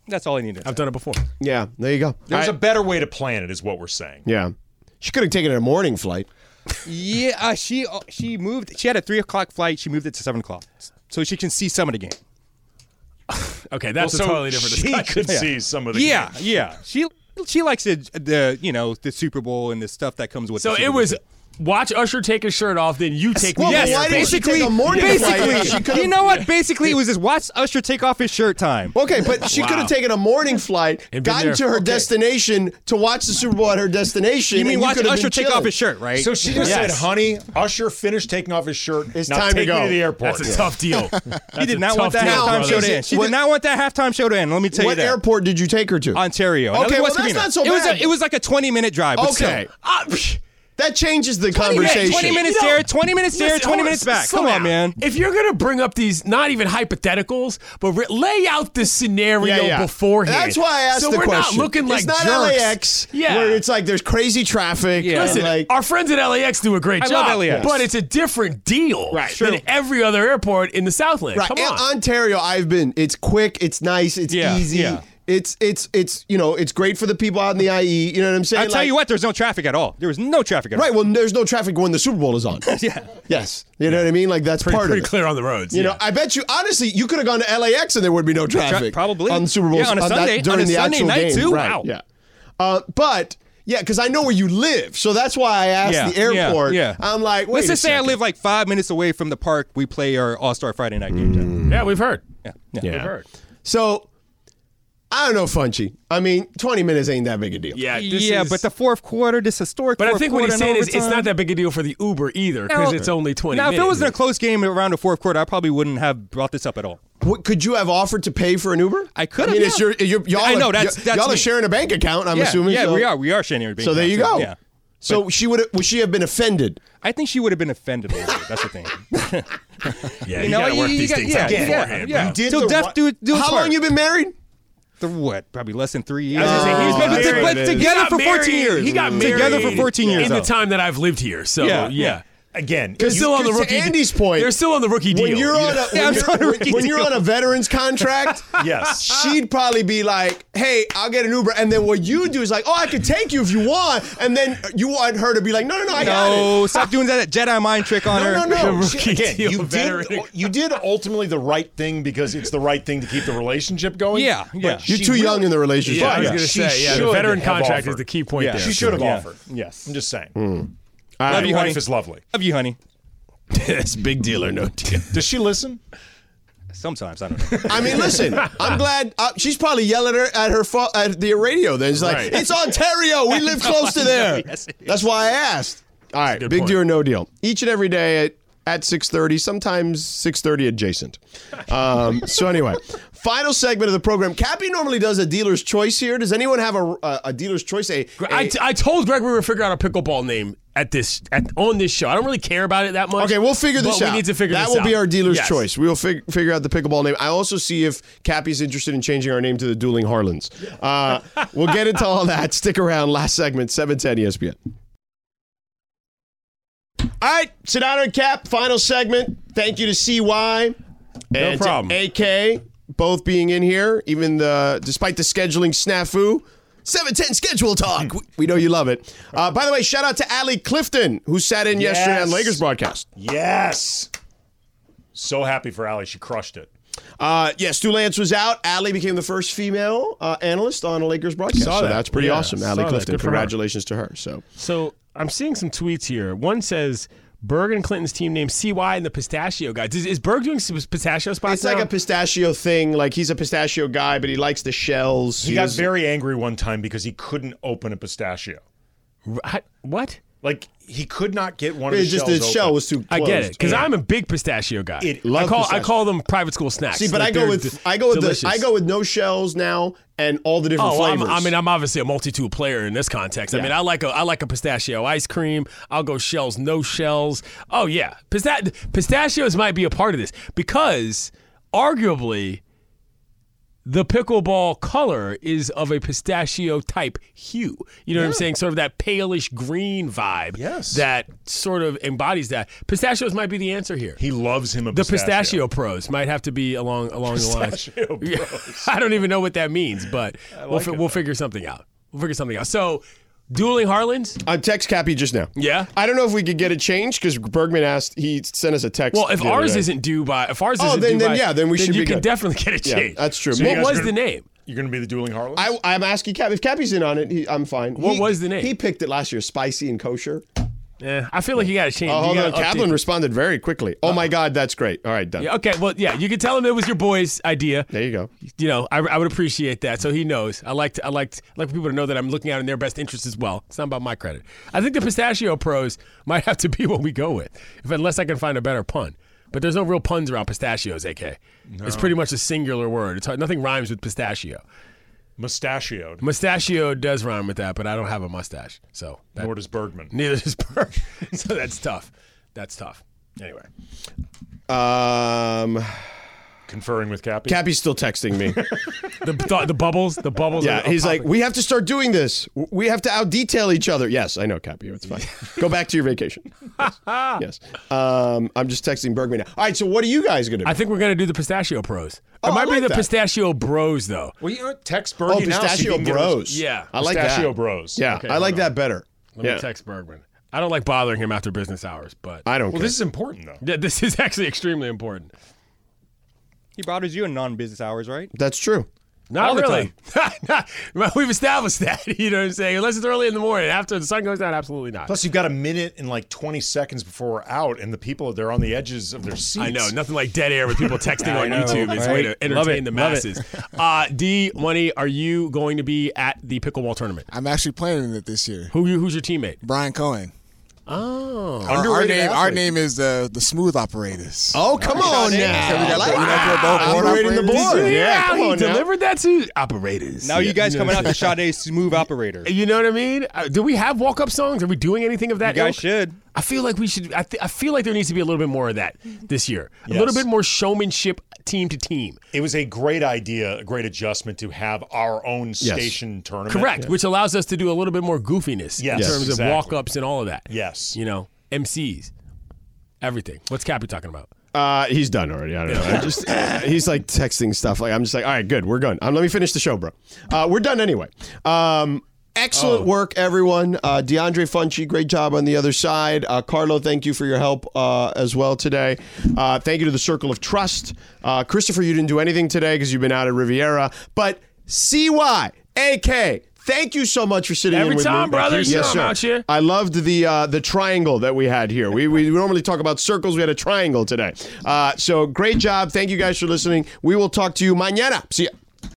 [SPEAKER 4] That's all I needed.
[SPEAKER 3] I've done it before.
[SPEAKER 1] Yeah, there you go.
[SPEAKER 5] There's
[SPEAKER 1] I-
[SPEAKER 5] a better way to plan it, is what we're saying.
[SPEAKER 1] yeah, she could have taken a morning flight.
[SPEAKER 4] Yeah, uh, she uh, she moved. She had a three o'clock flight. She moved it to seven o'clock, so she can see some of the game.
[SPEAKER 3] Okay, that's
[SPEAKER 5] so
[SPEAKER 3] a totally different
[SPEAKER 5] she
[SPEAKER 3] discussion.
[SPEAKER 5] could see some of the
[SPEAKER 4] Yeah,
[SPEAKER 5] games.
[SPEAKER 4] yeah. She she likes the, the you know the Super Bowl and the stuff that comes with.
[SPEAKER 3] So
[SPEAKER 4] the Super
[SPEAKER 3] it
[SPEAKER 4] Bowl.
[SPEAKER 3] was watch Usher take his shirt off, then you take
[SPEAKER 1] Well,
[SPEAKER 3] me.
[SPEAKER 1] but
[SPEAKER 3] to the
[SPEAKER 4] yes,
[SPEAKER 1] why
[SPEAKER 3] airport.
[SPEAKER 1] didn't she
[SPEAKER 4] basically,
[SPEAKER 1] take a morning flight? She
[SPEAKER 4] basically.
[SPEAKER 1] could've-
[SPEAKER 4] you know what? Basically, it was just watch Usher take off his shirt time.
[SPEAKER 1] Okay, but she could have taken a morning flight,
[SPEAKER 3] And been
[SPEAKER 1] gotten
[SPEAKER 3] there.
[SPEAKER 1] to her
[SPEAKER 3] Okay.
[SPEAKER 1] destination to watch the Super Bowl at her destination.
[SPEAKER 4] You mean
[SPEAKER 1] and
[SPEAKER 4] watch
[SPEAKER 1] could have
[SPEAKER 4] Usher
[SPEAKER 1] been
[SPEAKER 4] take
[SPEAKER 1] chilling.
[SPEAKER 4] off his shirt, right?
[SPEAKER 5] So she just
[SPEAKER 3] Yes.
[SPEAKER 5] said, "Honey, Usher finished taking off his shirt.
[SPEAKER 1] It's
[SPEAKER 5] now
[SPEAKER 1] time to
[SPEAKER 5] take
[SPEAKER 1] go."
[SPEAKER 5] me to the airport."
[SPEAKER 3] That's a tough deal.
[SPEAKER 4] She did not want that
[SPEAKER 1] deal,
[SPEAKER 4] halftime show
[SPEAKER 1] brother.
[SPEAKER 4] to end. She
[SPEAKER 1] What-
[SPEAKER 4] did not want that halftime show to end. Let me tell
[SPEAKER 1] What
[SPEAKER 4] you that.
[SPEAKER 1] airport did you take her to?
[SPEAKER 4] Ontario. Another
[SPEAKER 1] Okay, well,
[SPEAKER 4] West
[SPEAKER 1] that's
[SPEAKER 4] Covina.
[SPEAKER 1] not so
[SPEAKER 4] It was
[SPEAKER 1] bad.
[SPEAKER 4] a, it was like a twenty minute drive. but
[SPEAKER 1] Okay.
[SPEAKER 4] still.
[SPEAKER 3] Ah, psh,
[SPEAKER 1] That changes the
[SPEAKER 4] 20 minutes,
[SPEAKER 1] conversation.
[SPEAKER 4] Twenty minutes
[SPEAKER 3] You know,
[SPEAKER 4] there. Twenty minutes there.
[SPEAKER 3] listen, hold
[SPEAKER 4] Twenty
[SPEAKER 3] on,
[SPEAKER 4] minutes back.
[SPEAKER 3] slow
[SPEAKER 4] Come on,
[SPEAKER 3] down.
[SPEAKER 4] man.
[SPEAKER 3] If you're gonna bring up these not even hypotheticals, but re- lay out the scenario
[SPEAKER 1] Yeah, yeah.
[SPEAKER 3] beforehand.
[SPEAKER 1] That's why I asked
[SPEAKER 3] so
[SPEAKER 1] the
[SPEAKER 3] we're
[SPEAKER 1] question.
[SPEAKER 3] not looking like
[SPEAKER 1] it's not
[SPEAKER 3] jerks.
[SPEAKER 1] LAX,
[SPEAKER 3] Yeah.
[SPEAKER 1] where it's like there's crazy traffic.
[SPEAKER 4] Yeah.
[SPEAKER 1] and,
[SPEAKER 3] Listen,
[SPEAKER 1] like,
[SPEAKER 3] our friends at LAX do a great
[SPEAKER 4] I
[SPEAKER 3] job,
[SPEAKER 4] love LAX.
[SPEAKER 3] but it's a different deal
[SPEAKER 4] Right.
[SPEAKER 3] than
[SPEAKER 4] True.
[SPEAKER 3] every other airport in the Southland.
[SPEAKER 1] right
[SPEAKER 3] Come
[SPEAKER 1] and
[SPEAKER 3] on.
[SPEAKER 1] Ontario, I've been. It's quick. It's nice. It's
[SPEAKER 4] Yeah,
[SPEAKER 1] easy.
[SPEAKER 4] yeah.
[SPEAKER 1] It's it's it's you know it's great for the people out in the IE. You know what I'm saying?
[SPEAKER 4] I'll tell
[SPEAKER 1] Like-
[SPEAKER 4] you what, there's no traffic at all. There was no traffic at all.
[SPEAKER 1] Right. Well, there's no traffic when the Super Bowl is on.
[SPEAKER 4] Yeah.
[SPEAKER 1] Yes. You know what I mean? Like that's
[SPEAKER 3] pretty,
[SPEAKER 1] part
[SPEAKER 3] pretty
[SPEAKER 1] of it.
[SPEAKER 3] clear on the roads.
[SPEAKER 1] You know,
[SPEAKER 3] yeah.
[SPEAKER 1] I bet you honestly, you could have gone to LAX and there would be no traffic.
[SPEAKER 4] probably.
[SPEAKER 1] on Super Bowl
[SPEAKER 4] Yeah, on a
[SPEAKER 1] that-
[SPEAKER 4] Sunday-
[SPEAKER 1] during
[SPEAKER 4] on a
[SPEAKER 1] the
[SPEAKER 4] Sunday
[SPEAKER 1] actual
[SPEAKER 4] night,
[SPEAKER 1] game.
[SPEAKER 4] too?
[SPEAKER 1] Right,
[SPEAKER 4] Wow.
[SPEAKER 1] Yeah. Uh, but yeah, because I know where you live, so that's why I asked
[SPEAKER 4] Yeah,
[SPEAKER 1] the airport.
[SPEAKER 4] yeah, yeah.
[SPEAKER 1] I'm like, wait
[SPEAKER 4] Let's
[SPEAKER 1] a
[SPEAKER 4] just say I
[SPEAKER 1] second.
[SPEAKER 4] live like five minutes away from the park we play our All Star Friday night game.
[SPEAKER 1] Mm.
[SPEAKER 4] John.
[SPEAKER 3] yeah, we've heard.
[SPEAKER 4] Yeah. Yeah.
[SPEAKER 3] We've heard.
[SPEAKER 1] So I don't know, Funchy. I mean, 20 minutes ain't that big a deal.
[SPEAKER 3] Yeah, this
[SPEAKER 4] Yeah,
[SPEAKER 3] is-
[SPEAKER 4] but the fourth quarter, this historic.
[SPEAKER 3] But I
[SPEAKER 4] fourth
[SPEAKER 3] think what he's
[SPEAKER 4] quarter in
[SPEAKER 3] saying is it's
[SPEAKER 4] overtime-
[SPEAKER 3] not that big a deal for the Uber either because
[SPEAKER 4] Now-
[SPEAKER 3] it's only 20
[SPEAKER 4] Now,
[SPEAKER 3] minutes.
[SPEAKER 4] if it wasn't a close game around the fourth quarter, I probably wouldn't have brought this up at all.
[SPEAKER 1] What, could you have offered to pay for an Uber?
[SPEAKER 4] I could
[SPEAKER 1] I
[SPEAKER 4] have,
[SPEAKER 1] mean, it's
[SPEAKER 4] yeah.
[SPEAKER 1] your, your, y'all
[SPEAKER 4] I know,
[SPEAKER 1] are,
[SPEAKER 4] that's-
[SPEAKER 1] y-
[SPEAKER 4] that's
[SPEAKER 1] y'all are
[SPEAKER 4] me.
[SPEAKER 1] sharing a bank account. I'm
[SPEAKER 4] yeah,
[SPEAKER 1] assuming.
[SPEAKER 4] yeah,
[SPEAKER 1] so,
[SPEAKER 4] we are. We are sharing everything.
[SPEAKER 1] So there you
[SPEAKER 4] now,
[SPEAKER 1] go.
[SPEAKER 4] Yeah.
[SPEAKER 1] So she would have. Would she have been offended?
[SPEAKER 4] I think she would have been offended. a little bit, That's the thing.
[SPEAKER 3] yeah, you,
[SPEAKER 4] know,
[SPEAKER 3] gotta work
[SPEAKER 4] you- you
[SPEAKER 3] these
[SPEAKER 4] got-
[SPEAKER 3] things
[SPEAKER 4] yeah,
[SPEAKER 3] out
[SPEAKER 4] yeah,
[SPEAKER 3] beforehand.
[SPEAKER 4] yeah.
[SPEAKER 3] man.
[SPEAKER 4] You did Till the death ri- do it- do it
[SPEAKER 1] How
[SPEAKER 4] part.
[SPEAKER 1] long you been married?
[SPEAKER 4] The what? Probably less than three years.
[SPEAKER 3] I was gonna say, he's been
[SPEAKER 4] but,
[SPEAKER 3] married-
[SPEAKER 4] but
[SPEAKER 3] he
[SPEAKER 4] together
[SPEAKER 3] got
[SPEAKER 4] for
[SPEAKER 3] married-
[SPEAKER 4] fourteen years.
[SPEAKER 3] He got married
[SPEAKER 4] together for fourteen years. Oh.
[SPEAKER 3] in the
[SPEAKER 4] though.
[SPEAKER 3] time that I've lived here. So yeah,
[SPEAKER 4] Yeah,
[SPEAKER 3] yeah.
[SPEAKER 4] yeah.
[SPEAKER 5] again,
[SPEAKER 3] They're
[SPEAKER 5] you-
[SPEAKER 3] still on the
[SPEAKER 1] 'cause to
[SPEAKER 3] rookie.
[SPEAKER 1] Andy's point,
[SPEAKER 3] they're still on the rookie deal.
[SPEAKER 1] When you're on a, when,
[SPEAKER 4] I'm
[SPEAKER 1] you're,
[SPEAKER 4] trying to
[SPEAKER 1] when-
[SPEAKER 4] rookie
[SPEAKER 1] when you're on a veteran's contract,
[SPEAKER 5] Yes.
[SPEAKER 1] she'd probably be like, "Hey, I'll get an Uber," and then what you do is like, "Oh, I could take you if you want," and then you want her to be like, "No, no, no, I got it."
[SPEAKER 4] No, stop doing that Jedi mind trick on her.
[SPEAKER 1] No, no, no.
[SPEAKER 3] rookie
[SPEAKER 5] again,
[SPEAKER 3] deal
[SPEAKER 5] you
[SPEAKER 3] veteran.
[SPEAKER 5] did you did ultimately the right thing because it's the right thing to keep the relationship going.
[SPEAKER 4] Yeah,
[SPEAKER 5] but
[SPEAKER 4] yeah.
[SPEAKER 5] she
[SPEAKER 1] You're too young
[SPEAKER 5] really-
[SPEAKER 1] in the relationship.
[SPEAKER 3] Yeah, I was
[SPEAKER 5] Yeah.
[SPEAKER 3] gonna
[SPEAKER 5] She
[SPEAKER 3] say, yeah, the
[SPEAKER 5] should
[SPEAKER 3] veteran
[SPEAKER 5] have
[SPEAKER 3] contract
[SPEAKER 5] offered.
[SPEAKER 3] is the key point
[SPEAKER 4] Yeah.
[SPEAKER 3] there.
[SPEAKER 5] She should have
[SPEAKER 4] Yeah.
[SPEAKER 5] offered.
[SPEAKER 4] Yes.
[SPEAKER 5] I'm just saying.
[SPEAKER 1] Hmm.
[SPEAKER 4] Love
[SPEAKER 5] My
[SPEAKER 4] you, honey.
[SPEAKER 5] wife is lovely.
[SPEAKER 4] Love you, honey.
[SPEAKER 3] Yes, big deal or no deal.
[SPEAKER 5] Does she listen?
[SPEAKER 4] Sometimes I don't know.
[SPEAKER 1] I mean, listen, I'm glad uh, she's probably yelling at her at her fo- at the radio. Then it's like,
[SPEAKER 3] Right.
[SPEAKER 1] "It's Ontario. We live close to there."
[SPEAKER 4] Yes, it is.
[SPEAKER 1] That's why I asked. All right,
[SPEAKER 3] good
[SPEAKER 1] big
[SPEAKER 3] point.
[SPEAKER 1] deal or no deal. Each and every day at at 6:30, sometimes 6:30 adjacent. Um, so anyway, final segment of the program. Cappy normally does a dealer's choice here. Does anyone have a a, a dealer's choice? A, a-
[SPEAKER 3] I, t- I told Greg we were figuring out a pickleball name at this at, on this show. I don't really care about it that much.
[SPEAKER 1] Okay, we'll figure this
[SPEAKER 3] but
[SPEAKER 1] out.
[SPEAKER 3] We need to figure
[SPEAKER 1] that
[SPEAKER 3] this
[SPEAKER 1] will be
[SPEAKER 3] out.
[SPEAKER 1] our dealer's
[SPEAKER 3] Yes.
[SPEAKER 1] choice. We will fig- figure out the pickleball name. I also see if Cappy's interested in changing our name to the Dueling Harlands. Uh, we'll get into all that. Stick around. Last segment, seven ten E ESPN. All right, Sedano and Cap, final segment. Thank you to CY and to
[SPEAKER 3] problem.
[SPEAKER 1] AK both being in here, even the despite the scheduling snafu. 710 schedule talk. We- We know you love it. Uh, by the way, shout out to Ali Clifton, who sat in yesterday on
[SPEAKER 5] Yes.
[SPEAKER 1] Lakers broadcast.
[SPEAKER 5] Yes. So happy for Allie. She crushed it.
[SPEAKER 1] Uh, yeah, Stu Lance was out. Allie became the first female uh, analyst on a Lakers broadcast.
[SPEAKER 3] Saw
[SPEAKER 1] so
[SPEAKER 3] that.
[SPEAKER 1] that's pretty
[SPEAKER 3] Yeah,
[SPEAKER 1] awesome.
[SPEAKER 3] saw
[SPEAKER 1] Allie
[SPEAKER 3] that.
[SPEAKER 1] Clifton,
[SPEAKER 3] Good for her.
[SPEAKER 1] congratulations to her. So
[SPEAKER 3] So I'm seeing some tweets here. One says Berg and Clinton's team named CY and the Pistachio guys. Is, is Berg doing some pistachio spots
[SPEAKER 1] it's like
[SPEAKER 3] now?
[SPEAKER 1] a pistachio thing. Like he's a pistachio guy, but he likes the shells.
[SPEAKER 5] He got very angry one time because he couldn't open a pistachio.
[SPEAKER 3] Right. what?
[SPEAKER 5] Like he could not get one of the
[SPEAKER 1] It's just
[SPEAKER 5] shells
[SPEAKER 1] the shell
[SPEAKER 5] open.
[SPEAKER 1] was too.
[SPEAKER 3] I
[SPEAKER 1] Closed.
[SPEAKER 3] get it because I'm a big pistachio guy.
[SPEAKER 5] It-
[SPEAKER 3] I
[SPEAKER 1] Love
[SPEAKER 3] call I
[SPEAKER 1] pistachio.
[SPEAKER 3] call them private school snacks.
[SPEAKER 1] See, but
[SPEAKER 3] Like,
[SPEAKER 1] I go
[SPEAKER 3] they're
[SPEAKER 1] with
[SPEAKER 3] d-
[SPEAKER 1] I go with
[SPEAKER 3] delicious.
[SPEAKER 1] the I go with no shells now and all the different
[SPEAKER 3] Oh, I'm,
[SPEAKER 1] flavors.
[SPEAKER 3] I mean, I'm obviously a multi-tool player in this context. I mean, I like a I like a pistachio ice cream. I'll go shells, no shells. Oh yeah, Pista- pistachios might be a part of this because arguably the pickleball color is of a pistachio type hue. You know what I'm saying? Sort of that palish green vibe.
[SPEAKER 5] Yes.
[SPEAKER 3] that sort of embodies that. Pistachios might be the answer here.
[SPEAKER 5] He loves him a
[SPEAKER 3] The
[SPEAKER 5] pistachio.
[SPEAKER 3] pistachio pros might have to be along along the
[SPEAKER 5] Pistachio
[SPEAKER 3] lines. Yeah. I don't even know what that means, but we'll, fi- we'll figure something out. We'll figure something out. So, dueling Harlands.
[SPEAKER 1] I text Cappy just now.
[SPEAKER 3] Yeah?
[SPEAKER 1] I don't know if we could get it changed because Bergman asked. He sent us a text.
[SPEAKER 3] Well, if
[SPEAKER 1] the other
[SPEAKER 3] ours
[SPEAKER 1] day.
[SPEAKER 3] isn't due by, if ours
[SPEAKER 1] Oh,
[SPEAKER 3] isn't
[SPEAKER 1] then-
[SPEAKER 3] due
[SPEAKER 1] then,
[SPEAKER 3] by,
[SPEAKER 1] yeah, then we should
[SPEAKER 3] you
[SPEAKER 1] be
[SPEAKER 3] can
[SPEAKER 1] good.
[SPEAKER 3] definitely get it
[SPEAKER 1] Yeah,
[SPEAKER 3] changed.
[SPEAKER 1] that's true.
[SPEAKER 3] So
[SPEAKER 1] What
[SPEAKER 3] what
[SPEAKER 5] guys
[SPEAKER 3] was
[SPEAKER 5] are-
[SPEAKER 3] the name?
[SPEAKER 5] You're going to be the dueling Harlan.
[SPEAKER 1] I, I'm asking Cap if Cappy's in on it. He, I'm fine.
[SPEAKER 3] What
[SPEAKER 1] He-
[SPEAKER 3] was the name?
[SPEAKER 1] He picked it last year. Spicy and kosher.
[SPEAKER 3] Eh, I feel like you got to change.
[SPEAKER 1] Oh,
[SPEAKER 3] you
[SPEAKER 1] hold on.
[SPEAKER 3] gotta update
[SPEAKER 1] Kaplan
[SPEAKER 3] the-
[SPEAKER 1] responded very quickly. Oh my God, that's great. All right, done.
[SPEAKER 3] Yeah, okay, well, yeah, you can tell him it was your boy's idea.
[SPEAKER 1] There you go.
[SPEAKER 3] You know, I, I would appreciate that. So he knows. I like to, I like to, I like for people to know that I'm looking out in their best interest as well. It's not about my credit. I think the pistachio pros might have to be what we go with, if unless I can find a better pun. But there's no real puns around pistachios, AK. It's pretty much a singular word. It's hard, nothing rhymes with pistachio.
[SPEAKER 5] Mustachioed.
[SPEAKER 3] Mustachio does rhyme with that, but I don't have a mustache, so that,
[SPEAKER 5] Nor does Bergman.
[SPEAKER 3] neither does Burr. so that's tough. That's tough. Anyway,
[SPEAKER 1] Um,
[SPEAKER 5] Conferring with Cappy.
[SPEAKER 1] Cappy's still texting me.
[SPEAKER 3] the th- the bubbles, the bubbles.
[SPEAKER 1] yeah,
[SPEAKER 3] are- are
[SPEAKER 1] he's like,
[SPEAKER 3] popping.
[SPEAKER 1] we have to start doing this. W- We have to out detail each other. Yes, I know, Cappy. It's fine. go back to your vacation. Yes. yes. Um, I'm just texting Bergman now. All right, so what are you guys gonna do?
[SPEAKER 3] I think we're gonna do the pistachio pros.
[SPEAKER 1] Oh,
[SPEAKER 3] it
[SPEAKER 1] I
[SPEAKER 3] might be
[SPEAKER 1] like
[SPEAKER 3] the
[SPEAKER 1] that.
[SPEAKER 3] pistachio bros though.
[SPEAKER 5] Well, you know, text
[SPEAKER 1] oh,
[SPEAKER 5] Bergman.
[SPEAKER 1] pistachio bros.
[SPEAKER 3] Yeah.
[SPEAKER 1] I like
[SPEAKER 5] pistachio
[SPEAKER 1] that.
[SPEAKER 5] bros.
[SPEAKER 1] Yeah,
[SPEAKER 3] Okay,
[SPEAKER 1] I like
[SPEAKER 3] hold on.
[SPEAKER 1] that better.
[SPEAKER 3] Let
[SPEAKER 1] yeah.
[SPEAKER 3] me text Bergman. I don't like bothering him after business hours, but
[SPEAKER 1] I don't
[SPEAKER 5] Well,
[SPEAKER 1] care.
[SPEAKER 5] this is important though.
[SPEAKER 3] yeah, this is actually extremely important.
[SPEAKER 4] He bothers you in non-business hours, right?
[SPEAKER 1] That's true.
[SPEAKER 3] Not
[SPEAKER 4] All the
[SPEAKER 3] really. Well, We've established that. You know what I'm saying? Unless it's early in the morning, after the sun goes down, absolutely not.
[SPEAKER 5] Plus, you've got a minute and like 20 seconds before we're out, and the people they're on the edges of their seats.
[SPEAKER 3] I know nothing like dead air with people texting on
[SPEAKER 4] know,
[SPEAKER 3] YouTube. It's a way
[SPEAKER 4] right?
[SPEAKER 3] to entertain
[SPEAKER 4] Love it,
[SPEAKER 3] the
[SPEAKER 4] love
[SPEAKER 3] masses. Uh, D Money, are you going to be at the pickleball tournament?
[SPEAKER 2] I'm actually playing in it this year.
[SPEAKER 3] Who you? Who's your teammate?
[SPEAKER 2] Brian Cohen.
[SPEAKER 3] Oh,
[SPEAKER 2] Our, our
[SPEAKER 1] Underrated
[SPEAKER 2] name, our
[SPEAKER 1] athlete.
[SPEAKER 2] name is the the Smooth Operators.
[SPEAKER 1] Oh, come on now.
[SPEAKER 2] So we got the, we got the board
[SPEAKER 1] Operating the
[SPEAKER 2] operators.
[SPEAKER 1] board. Yeah, come
[SPEAKER 3] he
[SPEAKER 1] on now.
[SPEAKER 3] delivered that to operators.
[SPEAKER 4] Now you guys coming out to Sade's smooth operator. You
[SPEAKER 3] You know what I mean? Uh, do we have walk up songs? Are we doing anything of that?
[SPEAKER 4] guys
[SPEAKER 3] ilk?
[SPEAKER 4] should.
[SPEAKER 3] I feel like we should. I, th- I feel like there needs to be a little bit more of that this year. A little
[SPEAKER 5] Yes.
[SPEAKER 3] bit more showmanship, team to team.
[SPEAKER 5] It was a great idea, a great adjustment to have our own station tournament.
[SPEAKER 3] Correct, which allows us to do a little bit more goofiness
[SPEAKER 5] Yes,
[SPEAKER 3] in terms
[SPEAKER 5] exactly.
[SPEAKER 3] of walk ups and all of that.
[SPEAKER 5] Yes.
[SPEAKER 3] you know, MCs. Everything. What's Cappy talking about?
[SPEAKER 1] Uh, he's done already. I don't know. I just he's like texting stuff. Like I'm just like, all right, good, we're done. Um, let me finish the show, bro. Uh, we're done anyway. Um, excellent work, everyone. Uh, DeAndre Funchi, great job on the other side. Uh, Carlo, thank you for your help uh, as well today. Uh, thank you to the Circle of Trust. Uh, Christopher, you didn't do anything today because you've been out at Riviera, but CY AK. Thank you so much for sitting
[SPEAKER 3] Every
[SPEAKER 1] in with
[SPEAKER 3] time,
[SPEAKER 1] me.
[SPEAKER 3] brother.
[SPEAKER 1] Yes,
[SPEAKER 3] You know I'm
[SPEAKER 1] sir.
[SPEAKER 3] out here.
[SPEAKER 1] I loved the uh, the triangle that we had here. We, we normally talk about circles. We had a triangle today. Uh, so great job. Thank you guys for listening. We will talk to you mañana. See ya.